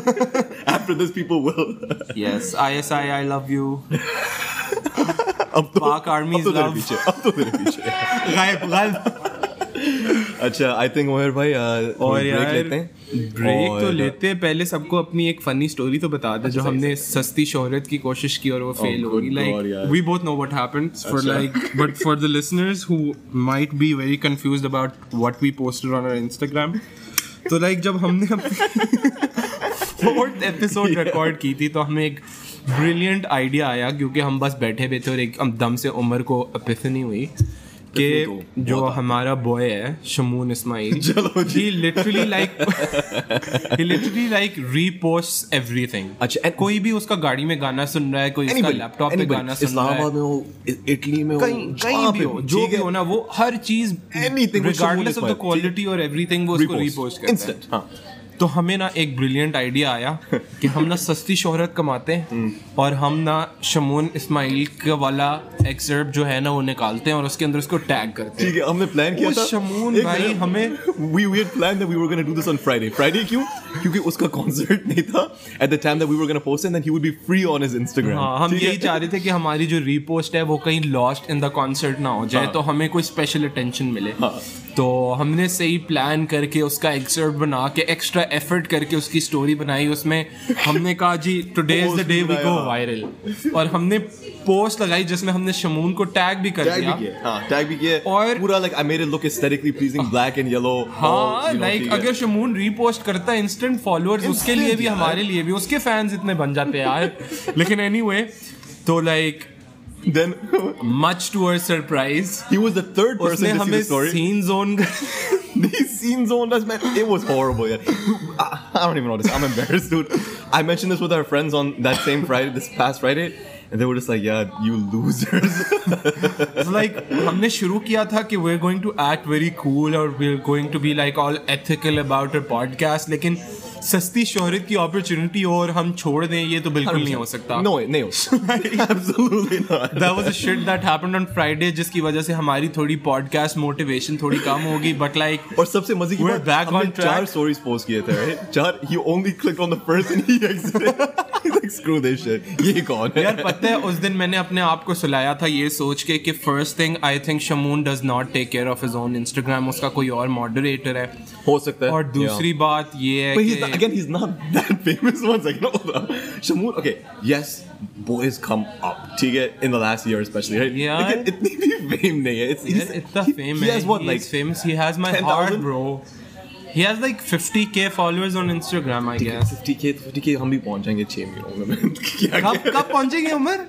S2: after this, people will.
S1: Yes ISI I love you
S2: अब तो-
S1: पाक army
S2: अब तो तेरे
S1: love
S2: पीछे अब तो तेरे पीछे
S1: गायब गायब
S2: अच्छा आई थिंक मोहिर भाई uh,
S1: और
S2: break
S1: यार
S2: लेते हैं
S1: ब्रेक तो
S2: और- अच्छा,
S1: लेते हैं पहले सबको अपनी एक फनी स्टोरी तो बता दे जो हमने सस्ती शोहरत की कोशिश की और वो फेल हो
S2: Oh,
S1: गई
S2: good God,
S1: लाइक
S2: यार।
S1: We both know what happened for
S2: अच्छा।
S1: Like but for the listeners who might be very confused about what we posted on our Instagram तो लाइक जब हमने फोर्थ एपिसोड रिकॉर्ड की थी तो हमें एक ब्रिलियंट आइडिया आया क्योंकि हम बस बैठे हुए थे और एक हम दम से उमर को अपिफनी हुई कि
S2: Epiphany तो
S1: जो हमारा बॉय है शमून इस्माइल
S2: चलो जी।
S1: he literally like he literally like reposts everything
S2: अच्छा, and-
S1: कोई भी उसका गाड़ी में गाना सुन रहा है कोई इसका
S2: Anybody,
S1: लैपटॉप पे
S2: anybody,
S1: गाना सुन रहा है
S2: इस्लामाबाद में हो इ- इटली में हो
S1: कहीं कहीं
S2: जहाँ
S1: भी
S2: पे
S1: हो जो
S2: ठीक
S1: भी
S2: है,
S1: हो ना वो हर चीज
S2: Anything which
S1: regardless
S2: Shaheen
S1: of the
S2: Ismail,
S1: quality और एवरीथिंग वो उसको
S2: repost,
S1: repost करता है
S2: instant, हाँ
S1: तो हमें ना एक ब्रिलियंट आइडिया आया कि हम ना सस्ती शोहरत कमाते हैं
S2: हम्म।
S1: और हम ना शमून इस्माइल का वाला एक्सर्प जो है ना वो निकालते हैं और उसके अंदर उसको टैग करते हैं
S2: ठीक है हमने प्लान किया
S1: वो
S2: था
S1: शमून भाई हमें-
S2: we we had plan that we were gonna do this on Friday Friday क्यों क्योंकि उसका कॉन्सर्ट नहीं था at the time that we were gonna post and then he would be free on his Instagram
S1: हाँ हम यही चाह रहे थे कि हमारी जो रीपोस्ट है वो कहीं लॉस्ट इन द कॉन्सर्ट ना हो जाए
S2: हाँ।
S1: तो हमें कोई स्पेशल अटेंशन मिले
S2: हाँ।
S1: तो हमने सही प्लान करके उसका एक्सर्ट बना के एक्स्ट्रा एफर्ट करके उसकी स्टोरी बनाई उसमें हमने कहा जी today is the
S2: Post
S1: day we
S2: बनाया,
S1: गो
S2: हाँ।
S1: वायरल और हमने पोस्ट लगाई जिसमें हमने शमून को टैग भी कर
S2: टैग भी
S1: दिया
S2: किया हाँ टैग भी किया
S1: और-
S2: पूरा like I made it look aesthetically pleasing black and yellow Oh,
S1: हाँ लाइक अगर शमून रीपोस्ट करता है इंस्टेंट फॉलोअर्स उसके
S2: Instant
S1: लिए भी
S2: यार।
S1: हमारे लिए भी उसके फैंस इतने बन जाते हैं यार लेकिन एनीवे तो like
S2: then
S1: much to our surprise
S2: He was the third person
S1: उसने
S2: to see
S1: हमें
S2: the story.
S1: Seen zone
S2: These scenes on us, man, it was horrible. Yeah. I, I don't even know this. I'm embarrassed, dude. I mentioned this with our friends on that same Friday, this past Friday, and they were just like, "Yeah, you losers."
S1: Like हमने शुरू किया था कि we are going to act very cool और we are going to be like all ethical about a podcast लेकिन सस्ती शोहरत की अपॉर्चुनिटी हो और हम छोड़ दें ये तो बिल्कुल नहीं हो सकता
S2: No, way, no, absolutely not.
S1: That was a shit that happened on Friday जिसकी वजह से हमारी थोड़ी पॉडकास्ट मोटिवेशन थोड़ी कम होगी बट लाइक
S2: और सबसे मजे की
S1: We're
S2: बात
S1: back
S2: हमने
S1: on track.
S2: चार stories post किए थे right चार he only clicked on the first and he exited he's like screw this shit ये कौन है
S1: यार पता है उस दिन मैंने अपने आप को सुलाया था ये सोच के कि first thing I think Shamoon does not take care of his own Instagram उसका कोई और मॉडरेटर है
S2: हो सकता है
S1: और
S2: yeah.
S1: दूसरी बात ये है
S2: But he's not,
S1: कि-
S2: again, he's not that famous. One second, hold on. Shamoon, okay, yes, boys come up. ठीक है, in the last year especially, right?
S1: Yeah.
S2: Again, इतनी भी fame नहीं है. It's,
S1: He's,
S2: he's-
S1: इतना
S2: he,
S1: फेम
S2: he
S1: है
S2: has what,
S1: he
S2: like,
S1: is famous he has my
S2: 10,000?
S1: heart bro he has like 50k followers on instagram i guess
S2: 50k, 50k हम भी पहुंच जाएंगे छह महीनों में. क्या
S1: कब
S2: क्या?
S1: कब पहुंचेंगे उमर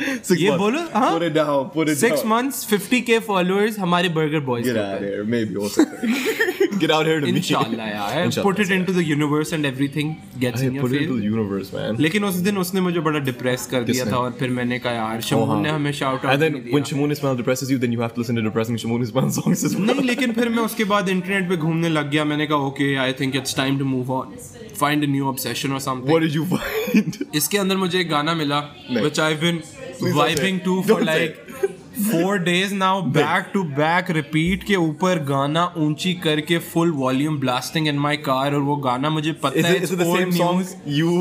S2: Six
S1: ये
S2: months.
S1: बोलो, हाँ?
S2: Put it down, put it
S1: six
S2: down.
S1: Months 50k followers हमारे burger boys
S2: Get
S1: के
S2: out of
S1: ऊपर।
S2: here, maybe. हो सकता है. Get out here to me.
S1: इंशाल्लाह यार
S2: Inshallah.
S1: put it into the universe and everything gets
S2: Hey,
S1: in your
S2: put it into
S1: face
S2: the universe, man.
S1: लेकिन उस दिन उसने मुझे बड़ा डिप्रेस कर दिया
S2: किसने?
S1: था और फिर मैंने कहा यार
S2: Oh,
S1: शमून
S2: हाँ.
S1: ने हमें शाउट
S2: And
S1: आउट
S2: then
S1: नहीं
S2: when
S1: दिया
S2: Shamoon Ismail depresses you, then you have to listen to depressing Shamoon Ismail songs as well.
S1: नहीं लेकिन फिर मैं उसके बाद इंटरनेट पे घूमने लग गया मैंने कहा okay I think it's time to move on find a new obsession और something
S2: What did you find?
S1: इसके अंदर मुझे एक गाना मिला
S2: नहीं।
S1: Which I been
S2: don't
S1: vibing
S2: say it.
S1: To for
S2: Don't say
S1: like four days now back to back repeat के ऊपर गाना ऊंची करके full volume blasting in my car और वो गाना मुझे पता
S2: Is
S1: है
S2: it, is it the same song you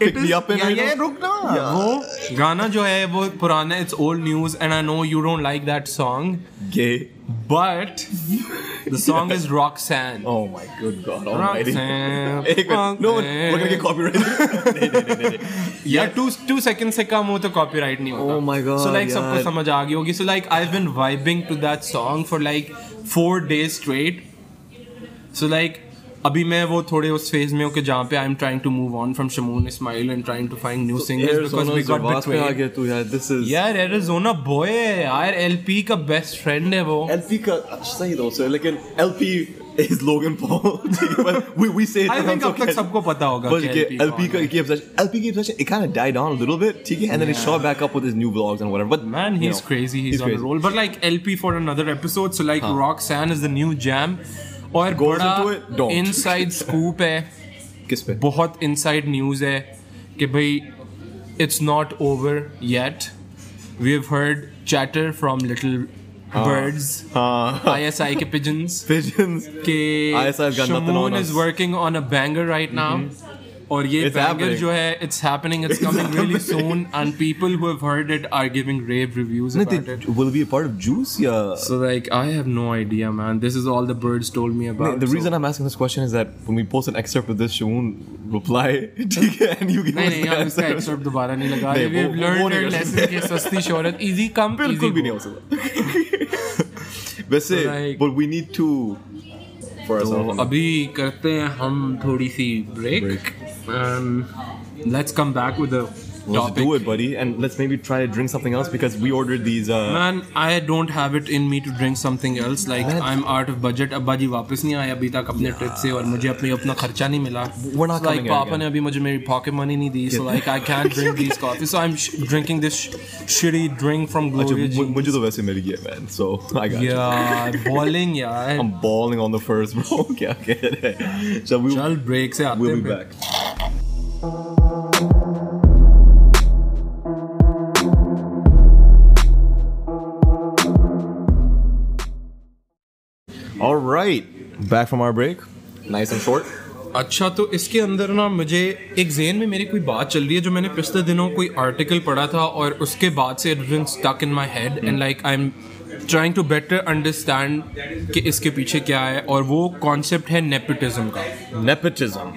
S2: picked me up in right now? Yeah.
S1: वो गाना जो है वो पुराना it's old news and I know you don't like that song
S2: Gay.
S1: But the song is Roxanne
S2: Oh my good god almighty.
S1: Roxanne,
S2: Hey, wait, no, we're gonna get copyrighted. Nee, nee, nee, nee, nee.
S1: या two two second से कम हो तो copyright नहीं होता
S2: Oh my God,
S1: so like
S2: यार।
S1: सबको समझ आ गई होगी so like I have been vibing to that song for like four days straight so like अभी मैं वो थोड़े उस फेज में हूँ कि जहाँ पे I am trying to move on from Shamoon Ismail and trying to find new singers because we
S2: Arizona's
S1: got
S2: was में आ
S1: बिटवीन
S2: गया तू यार, this is-
S1: यार एरिजोना बॉय है यार एलपी का बेस्ट फ्रेंड है वो
S2: LP का अच्छा सही दो सर लेकिन LP is Logan Paul ठीक है, but we we say it
S1: आई
S2: तो
S1: थिंक
S2: हम
S1: अब
S2: सब
S1: तक
S2: कहते-
S1: सबको पता होगा
S2: but
S1: कि
S2: के-
S1: LP कौन
S2: LP का
S1: है।
S2: की obsession LP की obsession it kind of died down a little bit ठीक है and then it shot back up with his new vlogs and whatever but
S1: Man,
S2: you
S1: he's
S2: know,
S1: crazy. He's, on
S2: crazy.
S1: a roll. But like LP for another episode. So like Roxanne is the new jam. और
S2: Goes
S1: बड़ा
S2: into it? Don't.
S1: inside scoop है
S2: किस पे
S1: बहुत inside news है कि भाई it's not over yet. We have heard chatter from little birds,
S2: हाँ
S1: ISI के pigeons.
S2: pigeons
S1: कि
S2: ISI has got nothing on
S1: Shamoon is
S2: us. Mm-hmm.
S1: working on a banger right now. और ये
S2: It's
S1: banger
S2: happening.
S1: जो है it's happening, it's coming really soon, and people who have heard it are giving rave reviews
S2: नहीं
S1: about it.
S2: they will be a part of juice या
S1: So like I have no idea, man. This is all the birds told me about.
S2: The
S1: so-
S2: reason I'm asking this question is that when we post an excerpt of this, Shamoon reply, ठीक है, and you give
S1: नहीं
S2: us
S1: नहीं
S2: the
S1: यार इसका
S2: answer.
S1: excerpt दोबारा नहीं लगा
S2: नहीं,
S1: रहे वी
S2: वो- वो
S1: लर्न
S2: नहीं
S1: योर
S2: कर
S1: लेसन
S2: सकते।
S1: की सस्ती शोहरत इजी कम
S2: बिल्कुल
S1: easy
S2: भी
S1: go.
S2: नहीं हो सकता वैसे
S1: So, like-
S2: but we need to for
S1: तो
S2: uh, ourselves
S1: अभी करते हैं हम थोड़ी सी break
S2: Break.
S1: Let's come back with a
S2: let's do
S1: topic
S2: it buddy and let's maybe try to drink something else because we ordered these uh
S1: Man, I don't have it in me to drink something else. Like
S2: Man.
S1: I'm out of budget. अब्बा जी वापस नहीं आए अभी तक अपने trip से और मुझे अपने अपना खर्चा नहीं मिला
S2: We're not
S1: like
S2: coming here
S1: पापा
S2: again.
S1: ने अभी मुझे मेरी पॉकेट मनी नहीं दी so like I can't drink these coffee. So I'm sh- drinking this sh- shitty drink from
S2: अच्छा,
S1: Gloria
S2: मु-
S1: Jean.
S2: मुझे तो वैसे मिल गया man so I got you
S1: Yeah, balling यार.
S2: I'm balling on the first bro क्या कह रहे हैं so we
S1: चल break से आते
S2: we'll
S1: हैं
S2: be
S1: फिर.
S2: back All right, back from our break. Nice and short.
S1: अच्छा तो इसके अंदर ना मुझे एक जेन में मेरी कोई बात चल रही है जो मैंने पिछले दिनों कोई आर्टिकल पढ़ा था और उसके बाद से it been stuck in my head and like I am trying to better understand कि इसके पीछे क्या है और वो कॉन्सेप्ट है नेपोटिज्म का
S2: Nepotism.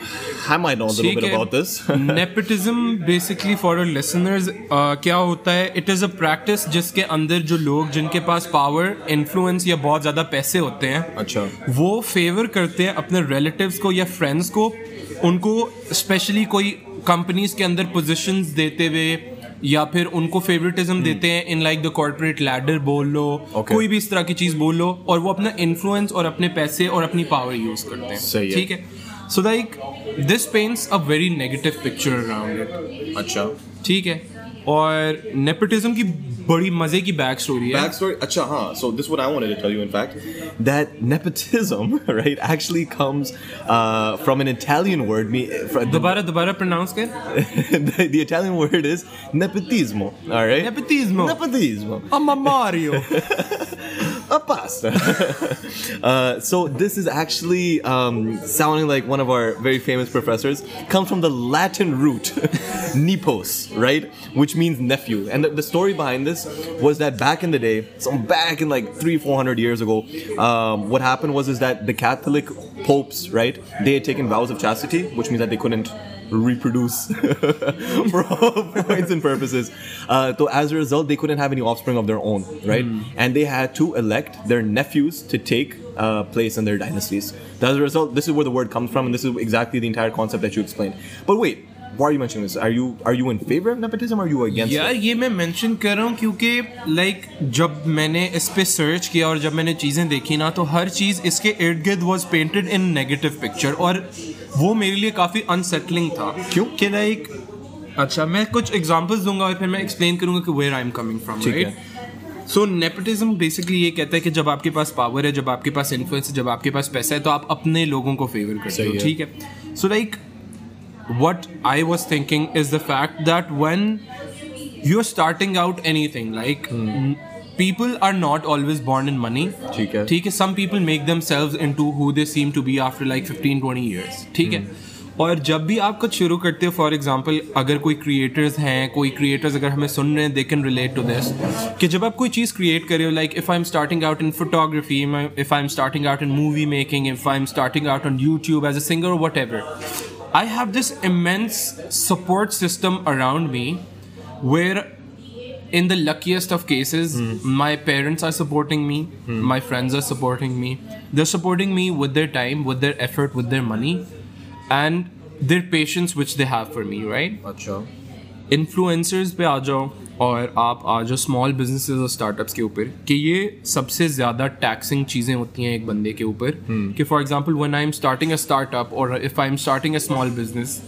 S2: I might know a little bit about this.
S1: Nepotism basically for or listeners uh, क्या होता है इट इज़ अ प्रैक्टिस जिसके अंदर जो लोग जिनके पास पावर इन्फ्लुएंस या बहुत ज़्यादा पैसे होते हैं
S2: अच्छा
S1: वो फेवर करते हैं अपने रिलेटिव्स को या फ्रेंड्स को उनको स्पेशली कोई कंपनीज के अंदर पोजीशंस देते हुए या फिर उनको फेवरेटिज्म देते हैं in like the corporate ladder बोल लो
S2: Hmm. Okay.
S1: कोई भी इस तरह की चीज़ बोल लो और वो अपना इन्फ्लुएंस और अपने पैसे और अपनी पावर यूज़ करते
S2: सही
S1: हैं
S2: है।
S1: ठीक है so like this paints a very negative picture around it
S2: अच्छा
S1: ठीक है और नेपोटिज्म की बड़ी मज़े की बैक स्टोरी है
S2: backstory acha huh so this is what i wanted to tell you in fact that nepotism right actually comes uh, from an italian word me from the,
S1: दोबारा दोबारा प्रोनाउंस कर
S2: the, the italian word is nepotismo all right
S1: nepotism
S2: nepotismo
S1: अम्मा Mario
S2: a pasta. uh, so this is actually um, sounding like one of our very famous professors. Comes from the Latin root nepos, right, which means nephew. And the, the story behind this was that back in the day, so back in like three, four hundred years ago, um, what happened was is that the Catholic popes, right, they had taken vows of chastity, which means that they couldn't reproduce for all points and purposes. Uh, so as a result, they couldn't have any offspring of their own, right? And they had to elect their nephews to take uh, place in their dynasties. So as a result, this is where the word comes from, and this is exactly the entire concept that you explained. But wait, why are you mentioning this? Are you are you in favor of nepotism? Or are you against
S1: यार
S2: it?
S1: ये मैं mention कर रहा हूँ क्योंकि like जब मैंने इस पे सर्च किया और जब मैंने चीज़ें देखी ना तो हर चीज़ इसके इर्द गिर्द was painted in negative picture और वो मेरे लिए काफ़ी अनसेटलिंग था
S2: क्यों?
S1: कि लाइक अच्छा मैं कुछ एग्जांपल्स दूंगा और फिर मैं एक्सप्लेन करूंगा कि where I am coming from
S2: ठीक
S1: राइट सो नेपोटिज्म बेसिकली ये कहता है कि जब आपके पास पावर है जब आपके पास इन्फ्लुएंस है जब आपके पास पैसा है तो आप अपने लोगों को फेवर करते
S2: सही
S1: हो
S2: है।
S1: ठीक है so like what I was thinking is the fact that when you're starting out anything, like n-
S2: Hmm.
S1: people are not always born in money.
S2: ठीक है।
S1: ठीक है some people make themselves into who they seem to be after like 15 20 years ठीक है और जब भी आप कुछ शुरू करते हो फॉर एग्जाम्पल अगर कोई क्रिएटर्स हैं कोई क्रिएटर्स अगर हमें सुन रहे हैं they can relate to this कि जब आप कोई चीज़ क्रिएट कर रहे हो like if I am starting out in photography if I am starting out in movie making if I am starting out on YouTube as a singer whatever I have this immense support system around me where, in the luckiest of cases, my parents are supporting me, my friends are supporting me. They're supporting me with their time, with their effort, with their money, and their patience, which they have for me, right?
S2: अच्छा
S1: influencers पे आ जाओ और आप आ जाओ small businesses और startups के ऊपर कि ये सबसे ज़्यादा टैक्सिंग चीज़ें होती हैं एक बंदे के ऊपर कि for example when I am starting a startup और if I am starting a small business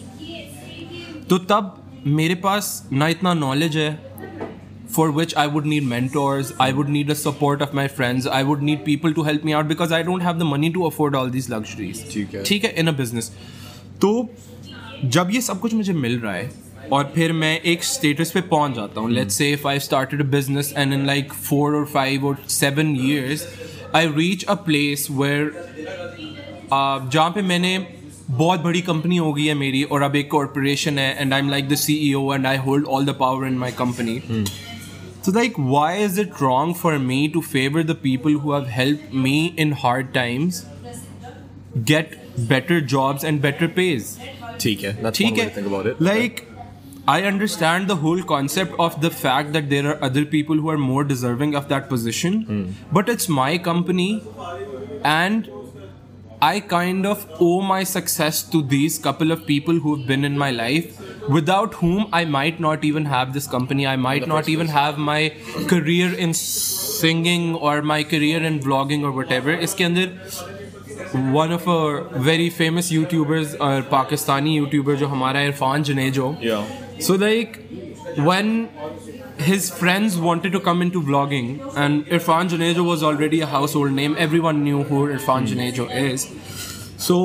S1: तो तब मेरे पास ना इतना नॉलेज है for which I would need mentors, I would need the support of my friends, I would need people to help me out because I don't have the money to afford all these luxuries.
S2: ठीक है।
S1: ठीक है in a business तो जब ये सब कुछ मुझे मिल रहा है और फिर मैं एक स्टेटस पे पहुंच जाता हूँ let's say if I started a business and in like four और फाइव और seven years I reach a place where Uh, जहाँ पे मैंने बहुत बड़ी कंपनी हो गई है मेरी और अब एक कॉरपोरेशन है and I am like the C E O and I hold all the power in my company So, like, why is it wrong for me to favor the people who have helped me in hard times get better jobs and better pays?
S2: ठीक है that's one
S1: ठीक
S2: way to think about
S1: है
S2: it.
S1: Like, I understand the whole concept of the fact that there are other people who are more deserving of that position,
S2: Hmm.
S1: but it's my company and I kind of owe my success to these couple of people who have been in my life, without whom I might not even have this company. I might not even have my career in singing or my career in vlogging or whatever. इसके अंदर one of our very famous YouTubers और Pakistani YouTuber जो हमारा है, Irfan Junejo
S2: yeah
S1: So like when his friends wanted to come into vlogging and Irfan Junejo was already a household name, everyone knew who Irfan Junejo is. So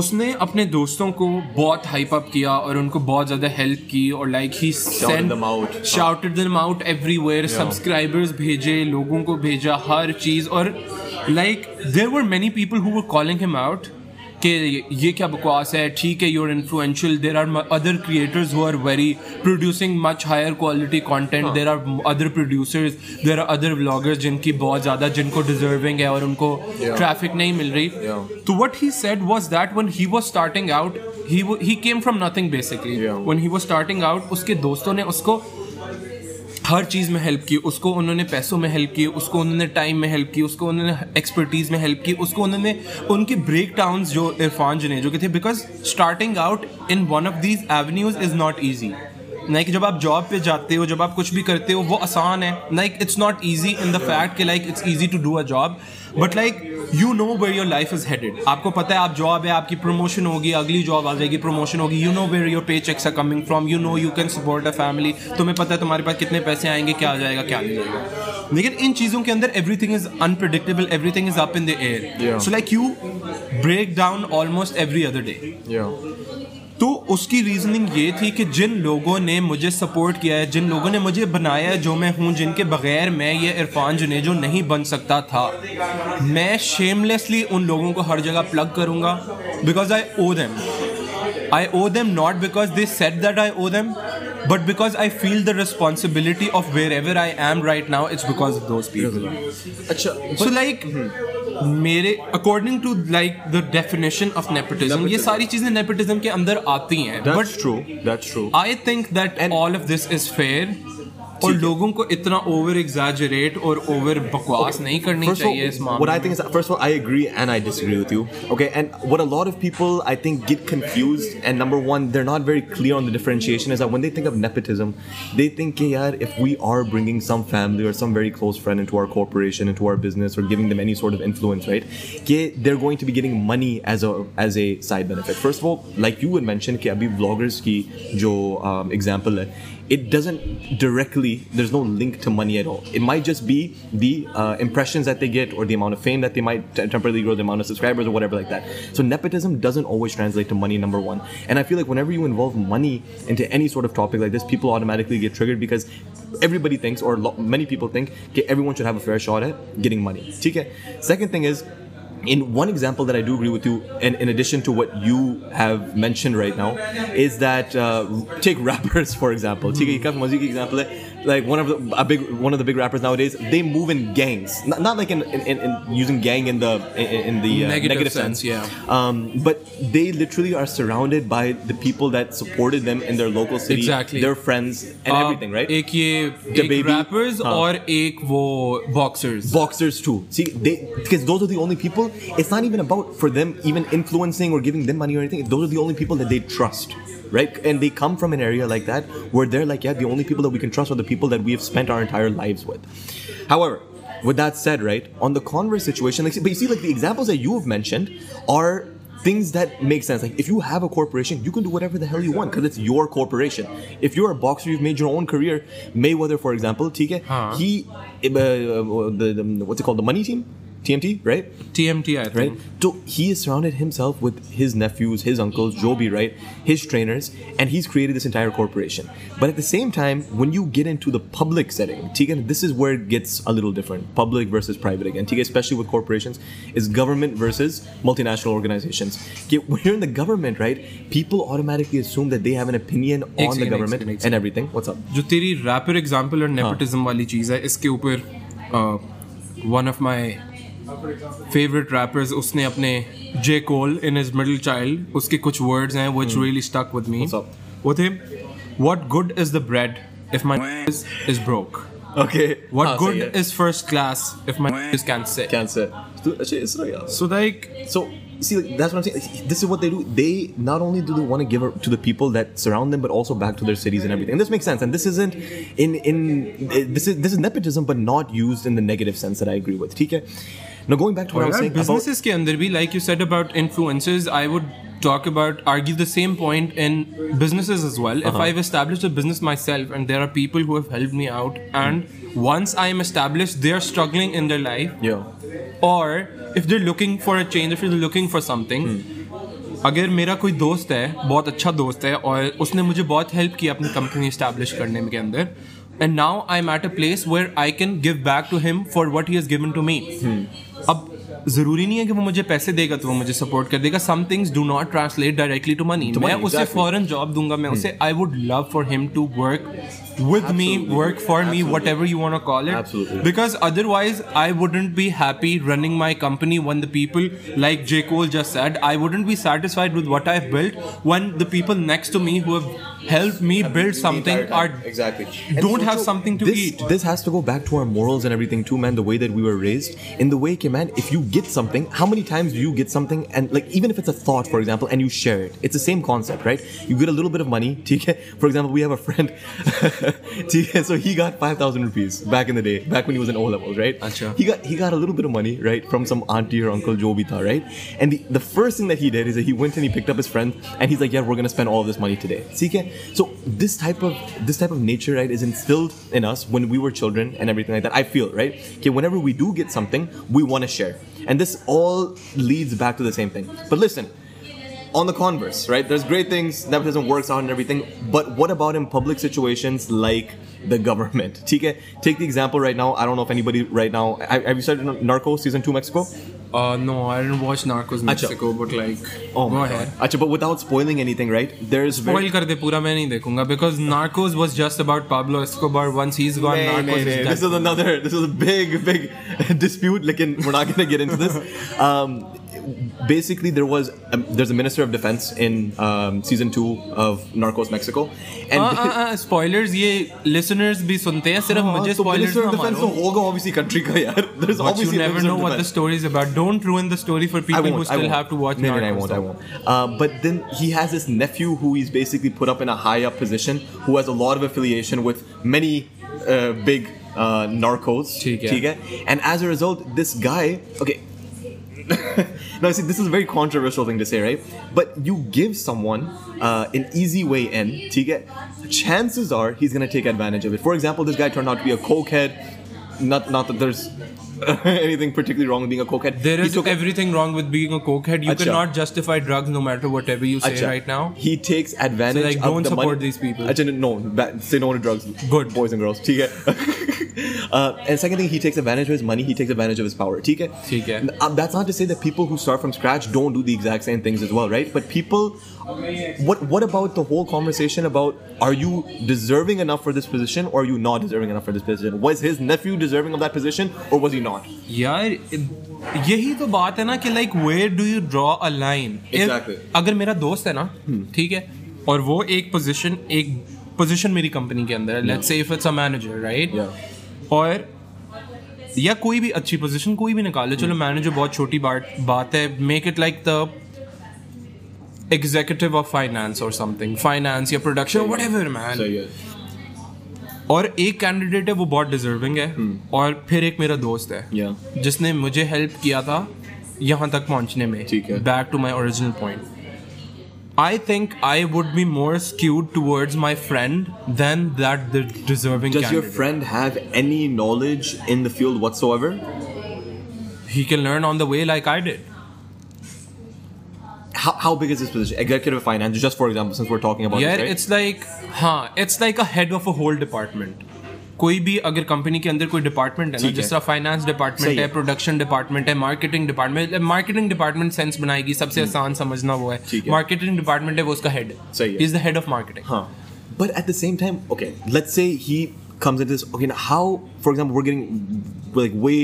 S1: उसने अपने दोस्तों को बहुत hype up किया और उनको बहुत ज्यादा हेल्प की और like he send
S2: them out.
S1: Shouted them out everywhere subscribers भेजे लोगों को भेजा हर चीज और like there were many people who were calling him out कि ये क्या बकवास है ठीक है you're influential there are other creators who are very producing much higher quality content there are other producers there are other vloggers जिनकी बहुत ज़्यादा जिनको डिजर्विंग है और उनको
S2: Yeah.
S1: ट्रैफिक नहीं मिल रही
S2: Yeah.
S1: तो what he said was that when he was starting out he wa- he came from nothing basically
S2: Yeah.
S1: when he was starting out उसके दोस्तों ने उसको हर चीज़ में हेल्प की उसको उन्होंने पैसों में हेल्प की उसको उन्होंने टाइम में हेल्प की उसको उन्होंने एक्सपर्टीज़ में हेल्प की उसको उन्होंने उनके ब्रेक डाउन जो इरफान जनेजो के थे because starting out in one of these avenues is not easy like जब आप जॉब पे जाते हो जब आप कुछ भी करते हो वो आसान है like it's not easy in the fact कि like it's easy to do a job but like you know where your life is headed आपको पता है आप जॉब है आपकी प्रमोशन होगी अगली जॉब आ जाएगी प्रमोशन होगी you know where your pay checks are coming from you know you can support a family तुम्हें पता है तुम्हारे पास कितने पैसे आएंगे क्या आ जाएगा क्या नहीं जाएगा लेकिन इन चीज़ों के अंदर everything is unpredictable everything is up in the air
S2: Yeah.
S1: So like you break down almost every other day
S2: yeah
S1: तो उसकी रीजनिंग ये थी कि जिन लोगों ने मुझे सपोर्ट किया है जिन लोगों ने मुझे बनाया है जो मैं हूँ जिनके बगैर मैं ये इरफान जुनेजो नहीं बन सकता था मैं शेमलेसली उन लोगों को हर जगह प्लग करूँगा because I owe them I owe them not because they set that I owe them but because I feel the responsibility of wherever I am right now it's because of those people
S2: अच्छा
S1: so like मेरे according to like the definition of nepotism ये
S2: Nepotism.
S1: सारी चीजें nepotism के अंदर आती हैं
S2: that's
S1: but
S2: true that's true
S1: I think that
S2: And-
S1: all of this is fair और लोगों को इतना ओवर एग्जैजरेट और ओवर बकवास नहीं करनी
S2: First of
S1: चाहिए इस
S2: all, what I
S1: मामले
S2: think is that first of all, I agree and I disagree with you. Okay, and what a lot of people I think get confused, and number one, they're not very clear on the differentiation. Is that when they think of nepotism, they think, "Hey, yaar, if we are bringing some family or some very close friend into our corporation, into our business, or giving them any sort of influence, right? कि they're going to be getting money as a as a side benefit. First of all, like you would mention, कि अभी vloggers की जो um, example है, it doesn't directly, there's no link to money at all. It might just be the uh, impressions that they get or the amount of fame that they might t- temporarily grow, the amount of subscribers or whatever like that. So nepotism doesn't always translate to money, number one. And I feel like whenever you involve money into any sort of topic like this, people automatically get triggered because everybody thinks, or lo- many people think, okay, everyone should have a fair shot at getting money. Okay. Second thing is, in one example that I do agree with you, and in addition to what you have mentioned right now, is that uh, take rappers for example. ठीक है, ये काफी मजे की example है. Like one of the a big one of the big rappers nowadays, they move in gangs. Not, not like in, in, in, in using gang in the in, in the uh,
S1: Negative
S2: negative,
S1: sense, yeah.
S2: um, but they literally are surrounded by the people that supported them in their local city,
S1: Exactly. Uh,
S2: their friends, and
S1: आप
S2: everything, right?
S1: एक ये
S2: baby,
S1: एक rappers
S2: हाँ.
S1: और एक वो boxers
S2: boxers too see they because those are the only people it's not even about for them even influencing or giving them money or anything those are the only people that they trust right and they come from an area like that where they're like yeah the only people that we can trust are the people that we have spent our entire lives with however with that said right on the converse situation like but you see like the examples that you have mentioned are things that make sense like if you have a corporation you can do whatever the hell you want because it's your corporation if you're a boxer you've made your own career mayweather for example tk
S1: Huh.
S2: he he uh, uh, the, the what's it called the money team TMT right
S1: TMT I
S2: right so he has surrounded himself with his nephews his uncles Joby right his trainers and he's created this entire corporation but at the same time when you get into the public setting Tegan this is where it gets a little different public versus private again Tegan especially with corporations is government versus multinational organizations Okay, when you're in the government right people automatically assume that they have an opinion
S1: Ek
S2: on the
S1: second, ek
S2: government
S1: second, ek
S2: and everything what's up
S1: जो तेरी wrapper example
S2: हाँ।
S1: और nepotism वाली चीज है इसके ऊपर one of my favourite rappers उसने अपने J Cole in his middle child उसके कुछ वर्ड्स हैं which really stuck with me
S2: hmm. What's up?
S1: वो थे what good is the bread if my is broke
S2: okay
S1: what
S2: Ah, so
S1: good
S2: yeah.
S1: Is first class if my is can say
S2: cancer Dude, actually, it's not- yeah.
S1: So like
S2: So see, like, that's what I'm saying. This is what they do. They not only do they want to give her to the people that surround them, but also back to their cities and everything. And this makes sense. And this isn't in in this is this is nepotism, but not used in the negative sense that I agree with. Okay. Now going back to what I was saying about
S1: businesses के अंदर भी like you said about influencers I would talk about argue the same point in businesses as well if
S2: Uh-huh.
S1: I've established a business myself and there are people who have helped me out and once I am established they are struggling in their life
S2: yeah.
S1: or if they're looking for a change if they're looking for something अगर मेरा कोई दोस्त है बहुत अच्छा दोस्त है और उसने मुझे बहुत हेल्प किया अपनी कंपनी इस्टेब्लिश करने में के अंदर and now I am at a place where I can give back to him for what he has given to me
S2: Hmm.
S1: अब ज़रूरी नहीं है कि वो मुझे पैसे देगा तो वो मुझे सपोर्ट कर देगा some things do not translate directly to money मैं
S2: money,
S1: उसे
S2: exactly.
S1: फॉरन जॉब दूंगा मैं
S2: Hmm.
S1: उसे I would love for him to work with me work for me whatever you want call
S2: Absolutely.
S1: It because otherwise i wouldn't be happy running my company when the people like j cole just said i wouldn't be satisfied with what i've built when the people next to me who have helped me build something are
S2: exactly
S1: don't have something to
S2: this,
S1: eat.
S2: This has to go back to our morals and everything too, man. The way that we were raised, in the way, okay, man. If you get something, how many times do you get something? And like, even if it's a thought, for example, and you share it, it's the same concept, right? You get a little bit of money. TK, for example, we have a friend. TK, so he got five thousand rupees back in the day, back when he was in O levels, right?
S1: Acha.
S2: He got he got a little bit of money, right, from some auntie or uncle Jobita, right? And the, the first thing that he did is that he went and he picked up his friend and he's like, Yeah, we're gonna spend all this money today. See, Ken? So this type of this type of nature, right, is instilled in us when we were children and everything like that. I feel, right? Okay, whenever we do get something, we wanna share. And this all leads back to the same thing. But listen, on the converse, right? There's great things, nepotism works out and everything, but what about in public situations like the government? TK, take the example right now. I don't know if anybody right now. Have have you started Narco season two Mexico?
S1: uh, no i didn't watch narcos mexico but like go
S2: Oh my god.
S1: ahead
S2: Acha, but without spoiling anything, right? There's very-
S1: spoil कर दे पूरा मैं नहीं देखूंगा because narcos was just about pablo escobar once he's gone
S2: Nay,
S1: narcos
S2: nay, nay.
S1: is
S2: This
S1: done
S2: is another. This is a big, big dispute. Like, in, we're not going to get into this. Um, basically, there was um, there's a minister of defense in um, season two of Narcos Mexico, and
S1: हाँ, हाँ, हाँ, spoilers ये listeners भी सुनते हैं सिर्फ
S2: हाँ,
S1: मुझे
S2: तो
S1: spoilers
S2: Minister
S1: ना
S2: of Defense तो
S1: मारो
S2: होगा obviously country का यार. There's
S1: but you
S2: obviously a
S1: never
S2: Minister
S1: know
S2: of
S1: what the
S2: Defense.
S1: story is about don't ruin the story for
S2: I
S1: people who
S2: won't, I
S1: still
S2: won't.
S1: have to watch
S2: No, no, no, I
S1: Narcos
S2: won't.
S1: though.
S2: I won't. Uh, but then he has this nephew who he's basically put up in a high up position, who has a lot of affiliation with many uh, big uh, narcos.
S1: ठीक है.
S2: And as a result, this guy, okay, now, see, this is a very controversial thing to say, right? But you give someone uh, an easy way in to get. Chances are he's going to take advantage of it. For example, this guy turned out to be a cokehead. Not, not that there's anything particularly wrong with being a cokehead.
S1: There
S2: He
S1: is
S2: took-
S1: everything wrong with being a cokehead. You
S2: Acha.
S1: cannot justify drugs no matter whatever you say
S2: Acha.
S1: right now.
S2: He takes advantage
S1: So, like,
S2: of
S1: don't
S2: the
S1: support
S2: money-
S1: these people.
S2: Acha, no, that, say no to drugs.
S1: Good.
S2: Boys and girls. ठीक है? uh, and second thing, he takes advantage of his money, he takes advantage of his power. ठीक है?
S1: ठीक है.
S2: Uh, that's not to say that people who start from scratch don't do the exact same things as well, right? But people, what what about the whole conversation about are you deserving enough for this position or are you not deserving enough for this position? Was his nephew deserving of that position or was he not?
S1: यार यही तो बात है ना कि like where do you draw a line
S2: Exactly. Hmm.
S1: अगर मेरा दोस्त है ना ठीक है और वो एक पोजीशन एक पोजीशन मेरी कंपनी के अंदर है let's say if it's a manager right
S2: Yeah.
S1: और या कोई भी अच्छी पोजीशन कोई भी निकाल ले चलो मैनेजर बहुत छोटी बात बात है make it like the executive of finance और समथिंग फाइनेंस या प्रोडक्शन व्हाटएवर मैन और एक कैंडिडेट है वो बहुत डिजर्विंग है और फिर एक मेरा दोस्त है
S2: Hmm. Yeah.
S1: जिसने मुझे हेल्प किया था यहाँ तक पहुँचने में
S2: ठीक है।
S1: Back to my original point I think I would be more skewed towards my friend then that the deserving
S2: Does your friend have any knowledge in the field whatsoever?
S1: He can learn on the way like I did
S2: how, how big is this position? Executive finance, just for example, since we're talking about
S1: यार
S2: this, right?
S1: It's like हाँ it's like a head of a whole department कोई भी अगर company के अंदर कोई department है ना
S2: ठीक है।
S1: जिस तरह फाइनेंस
S2: सही
S1: डिपार्टमेंट है
S2: है।
S1: प्रोडक्शन डिपार्टमेंट है मतलब marketing department marketing department sense बनाएगी सबसे आसान समझना वो है
S2: हम्म। ठीक है।
S1: मार्केटिंग डिपार्टमेंट है वो उसका हेड
S2: सही है। हाँ,
S1: is the head of marketing
S2: Huh. But at the same time, okay, let's say he comes into this. Okay, now how, for example, we're getting like way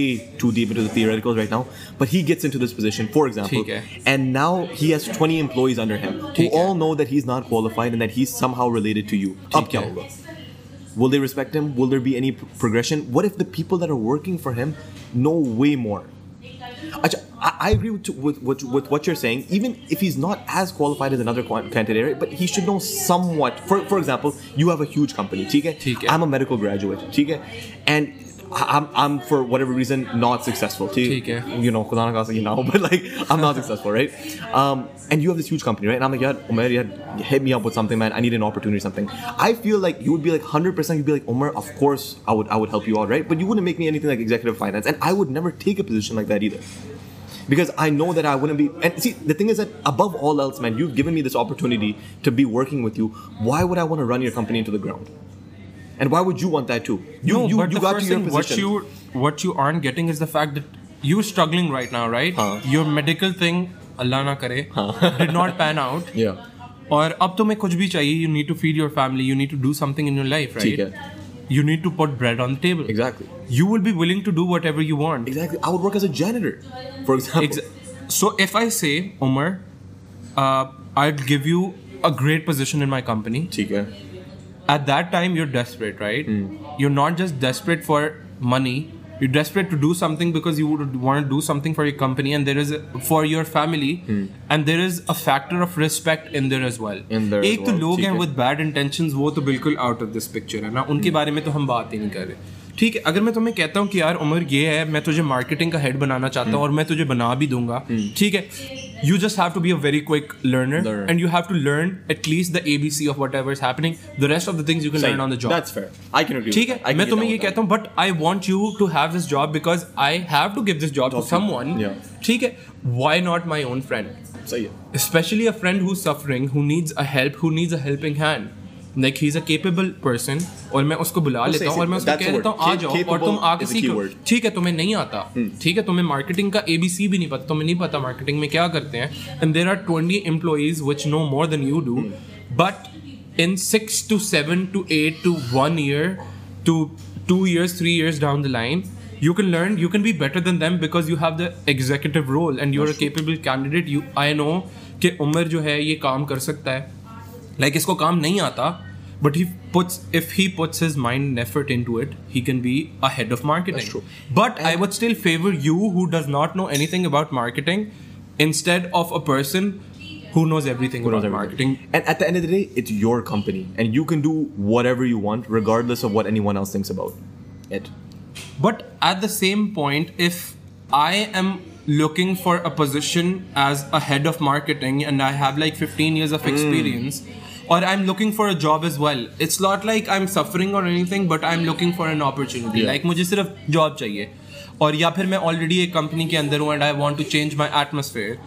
S2: too deep into the theoreticals right now, but he gets into this position, for example,
S1: ठीक है।
S2: and now he has 20 employees under him who
S1: ठीक है।
S2: all know that he's not qualified and that he's somehow related to you. Up
S1: ठीक है।
S2: Kyalwa. Will they respect him? Will there be any p- progression? What if the people that are working for him know way more? Acha, I, I agree with, with, with, with what you're saying. Even if he's not as qualified as another quan- candidate, right, but he should know somewhat. For, for example, you have a huge company,
S1: ठीक
S2: TK.
S1: है.
S2: I'm a medical graduate, TK. And I- I'm, I'm, for whatever reason, not successful.
S1: ठीक है.
S2: You know, खुदा ना खासा, you know, but like, I'm not successful, right? Um, and you have this huge company, right? And I'm like, yeah, Omer, yeah, hit me up with something, man. I need an opportunity or something. I feel like you would be like 100%, you'd be like, Omer, of course I would, I would help you out, right? But you wouldn't make me anything like executive finance. And I would never take a position like that either. Because I know that I wouldn't be. And see, the thing is that above all else, man, you've given me this opportunity to be working with you. Why would I want to run your company into the ground? And why would you want that too? You,
S1: No,
S2: you,
S1: but
S2: you
S1: the
S2: got
S1: first
S2: to your
S1: thing,
S2: position.
S1: What you what you aren't getting is the fact that you're struggling right now, right?
S2: हाँ.
S1: Your medical thing, Allah na kare, did not pan out.
S2: yeah.
S1: और अब तुम्हें कुछ भी चाहिए you need to feed your family you need to do something in your life
S2: ठीक
S1: right
S2: है।
S1: You need to put bread on table
S2: Exactly.
S1: You will be willing to do whatever you want
S2: Exactly. I would work as a janitor, for example.
S1: So if I say, Omar, uh, I'd give you a great position in my company.
S2: ठीक है
S1: At that time, you're desperate, right?
S2: Hmm.
S1: You're not just desperate for money. You're desperate to do something because you would want to do something for your company and there is a, for your family,
S2: Hmm.
S1: and there is a factor of respect in there as well.
S2: In there as
S1: एक तो
S2: well,
S1: लोग
S2: ठीक
S1: हैं
S2: है।
S1: with bad intentions वो तो बिल्कुल out of this picture है ना उनके बारे में तो हम बात ही नहीं कर रहे ठीक है अगर मैं तुम्हें कहता हूँ कि यार उमर ये है मैं तुझे मार्केटिंग का हेड बनाना चाहता
S2: हम्म।
S1: हूँ और मैं तुझे बना भी दूंगा ठीक है you just have to be a very quick learner
S2: Learner.
S1: And you have to learn at least the A B C of whatever is happening the rest of the things you can learn on the job
S2: That's fair. I can agree.
S1: ठीक
S2: with that. I
S1: है मैं
S2: can get
S1: तुम्हें
S2: down
S1: ये
S2: with
S1: कहता हूँ but I want you to have this job because I have to give this job to someone
S2: Yeah.
S1: ठीक है why not my own friend
S2: that. सही है
S1: especially a friend who's suffering who needs a help who needs a helping hand like he's a capable person और मैं उसको बुला
S2: सही,
S1: लेता हूँ
S2: सही,
S1: और मैं उसको
S2: that's
S1: कह
S2: the
S1: देता हूँ
S2: word.
S1: आ जाओ और
S2: Capable
S1: तुम आके
S2: is a key
S1: सीखो
S2: word.
S1: ठीक है तुम्हें नहीं आता ठीक है तुम्हें मार्केटिंग का एबीसी भी नहीं पता तुम्हें नहीं पता मार्केटिंग में क्या करते हैं and there are twenty employees which know more than you do but in six to seven to eight to one year to two years three years down the line you can learn you can be better than them because you have the executive role and you're a capable candidate you i know कि उमर जो है ये काम कर सकता है like like, इसको काम नहीं आता but he puts if he puts his mind and effort into it he can be a head of
S2: That's true.
S1: Marketing but I would still favour you who does not know anything about marketing instead of a person who knows everything about marketing
S2: And at the end of the day, it's your company, and you can do whatever you want, regardless of what anyone else thinks about it.
S1: But at the same point, if I am looking for a position as a head of marketing and I have like 15 years of experience or I'm looking for a job as well. It's not like I'm suffering or anything but I'm looking for an opportunity.
S2: Yeah.
S1: Like मुझे सिर्फ job चाहिए और या फिर मैं already एक company के अंदर हूँ and I want to change my atmosphere.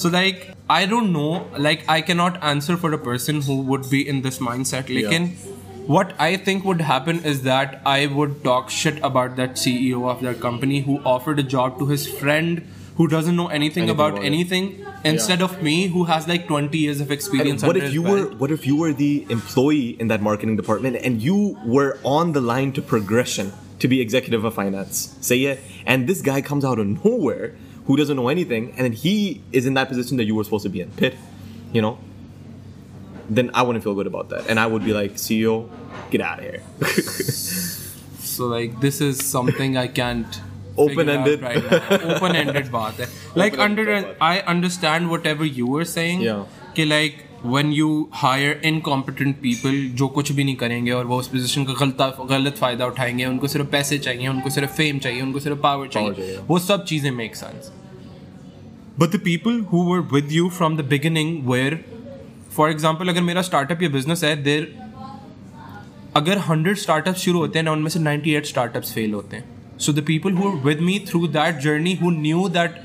S1: So like I don't know like I cannot answer for a person who would be in this mindset लेकिन what I think would happen is that I would talk shit about that CEO of that company who offered a job to his friend who doesn't know anything,
S2: Anything
S1: about
S2: about it.
S1: anything instead of me who has like 20 years of
S2: And
S1: experience.
S2: what
S1: under
S2: if
S1: his
S2: you
S1: belt.
S2: were what if you were the employee in that marketing department and you were on the line to progression to be executive of finance say it and this guy comes out of nowhere who doesn't know anything and then he is in that position that you were supposed to be in pit you know then I wouldn't feel good about that and I would be like CEO get out of here
S1: So like this is something I can't
S2: Open-ended.
S1: open ended बात है like under
S2: Open-ended बात.
S1: I understand whatever you were saying
S2: Yeah.
S1: कि like when you hire incompetent people जो कुछ भी नहीं करेंगे और वो उस position का गलत गलत फायदा उठाएंगे उनको सिर्फ पैसे चाहिए उनको सिर्फ फेम चाहिए उनको सिर्फ पावर चाहिए,
S2: चाहिए।
S1: वो सब चीजें make sense but the people who were with you from the beginning where for example अगर मेरा स्टार्टअप या बिजनेस है देर अगर हंड्रेड स्टार्टअप शुरू होते हैं ना उनमें से नाइन्टी एट स्टार्टअप्स फेल होते हैं so the people who with me through that journey who knew that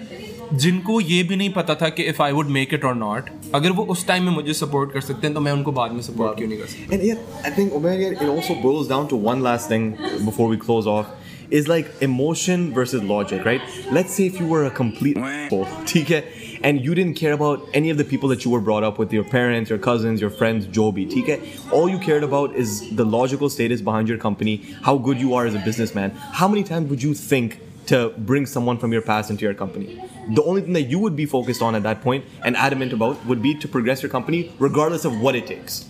S1: जिनको ये भी नहीं पता था कि if I would make it और नॉट अगर वो उस टाइम में मुझे सपोर्ट कर सकते हैं तो मैं उनको बाद में सपोर्ट क्यों नहीं कर सकता
S2: And yet, I think Omer, yet it also boils down to one last thing before we close off. Is like emotion versus logic, right? Let's say if you were a complete asshole, TK, and you didn't care about any of the people that you were brought up with, your parents, your cousins, your friends, Joby, TK. All you cared about is the logical status behind your company, how good you are as a businessman. How many times would you think to bring someone from your past into your company? The only thing that you would be focused on at that point and adamant about would be to progress your company regardless of what it takes.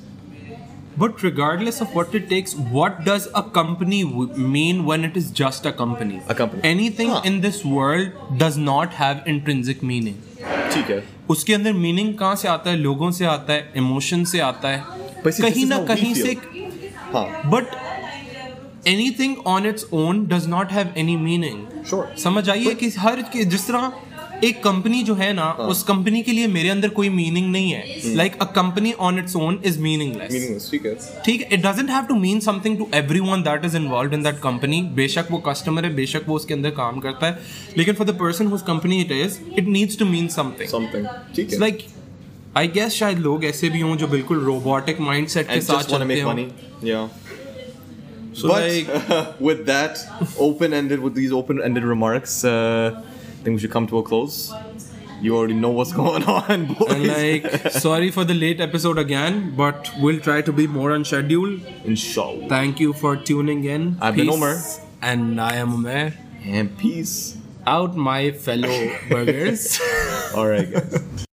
S1: But regardless of what it takes what does a company mean one it is just a company
S2: A company.
S1: Anything
S2: हाँ.
S1: In this world does not have intrinsic meaning
S2: ठीक है
S1: उसके अंदर meaning कहाँ से आता है लोगों से आता है इमोशन से आता है
S2: But see, this
S1: कहीं
S2: is
S1: ना
S2: how we
S1: कहीं से
S2: हाँ
S1: but anything on its own does not have any meaning
S2: Sure.
S1: समझ आइए कि हर कि जिस तरह एक कंपनी जो है ना
S2: हाँ।
S1: उस कंपनी के लिए मेरे अंदर कोई मीनिंग नहीं
S2: Hmm.
S1: है like a company on its own is meaningless
S2: meaningless ठीक है
S1: ठीक है it doesn't have to mean something to everyone that is involve in that company बेशक वो कस्टमर है बेशक वो उसके अंदर काम करता है लेकिन for the person whose company it is it needs to mean something
S2: something ठीक
S1: It's like आई गेस शायद लोग ऐसे भी हों जो बिल्कुल रोबोटिक माइंडसेट के
S2: and
S1: साथ
S2: just want to
S1: चलते
S2: make
S1: हों
S2: money yeah
S1: So
S2: but
S1: like-
S2: with that open-ended with these open-ended remarks uh, I think we should come to a close you already know what's going on boys
S1: And like, sorry for the late episode again, but we'll try to be more on schedule.
S2: inshallah
S1: Thank you for tuning in.
S2: I've been
S1: Peace.
S2: Omer.
S1: And I am Omer.
S2: and peace
S1: Out, my fellow burgers.
S2: all right guys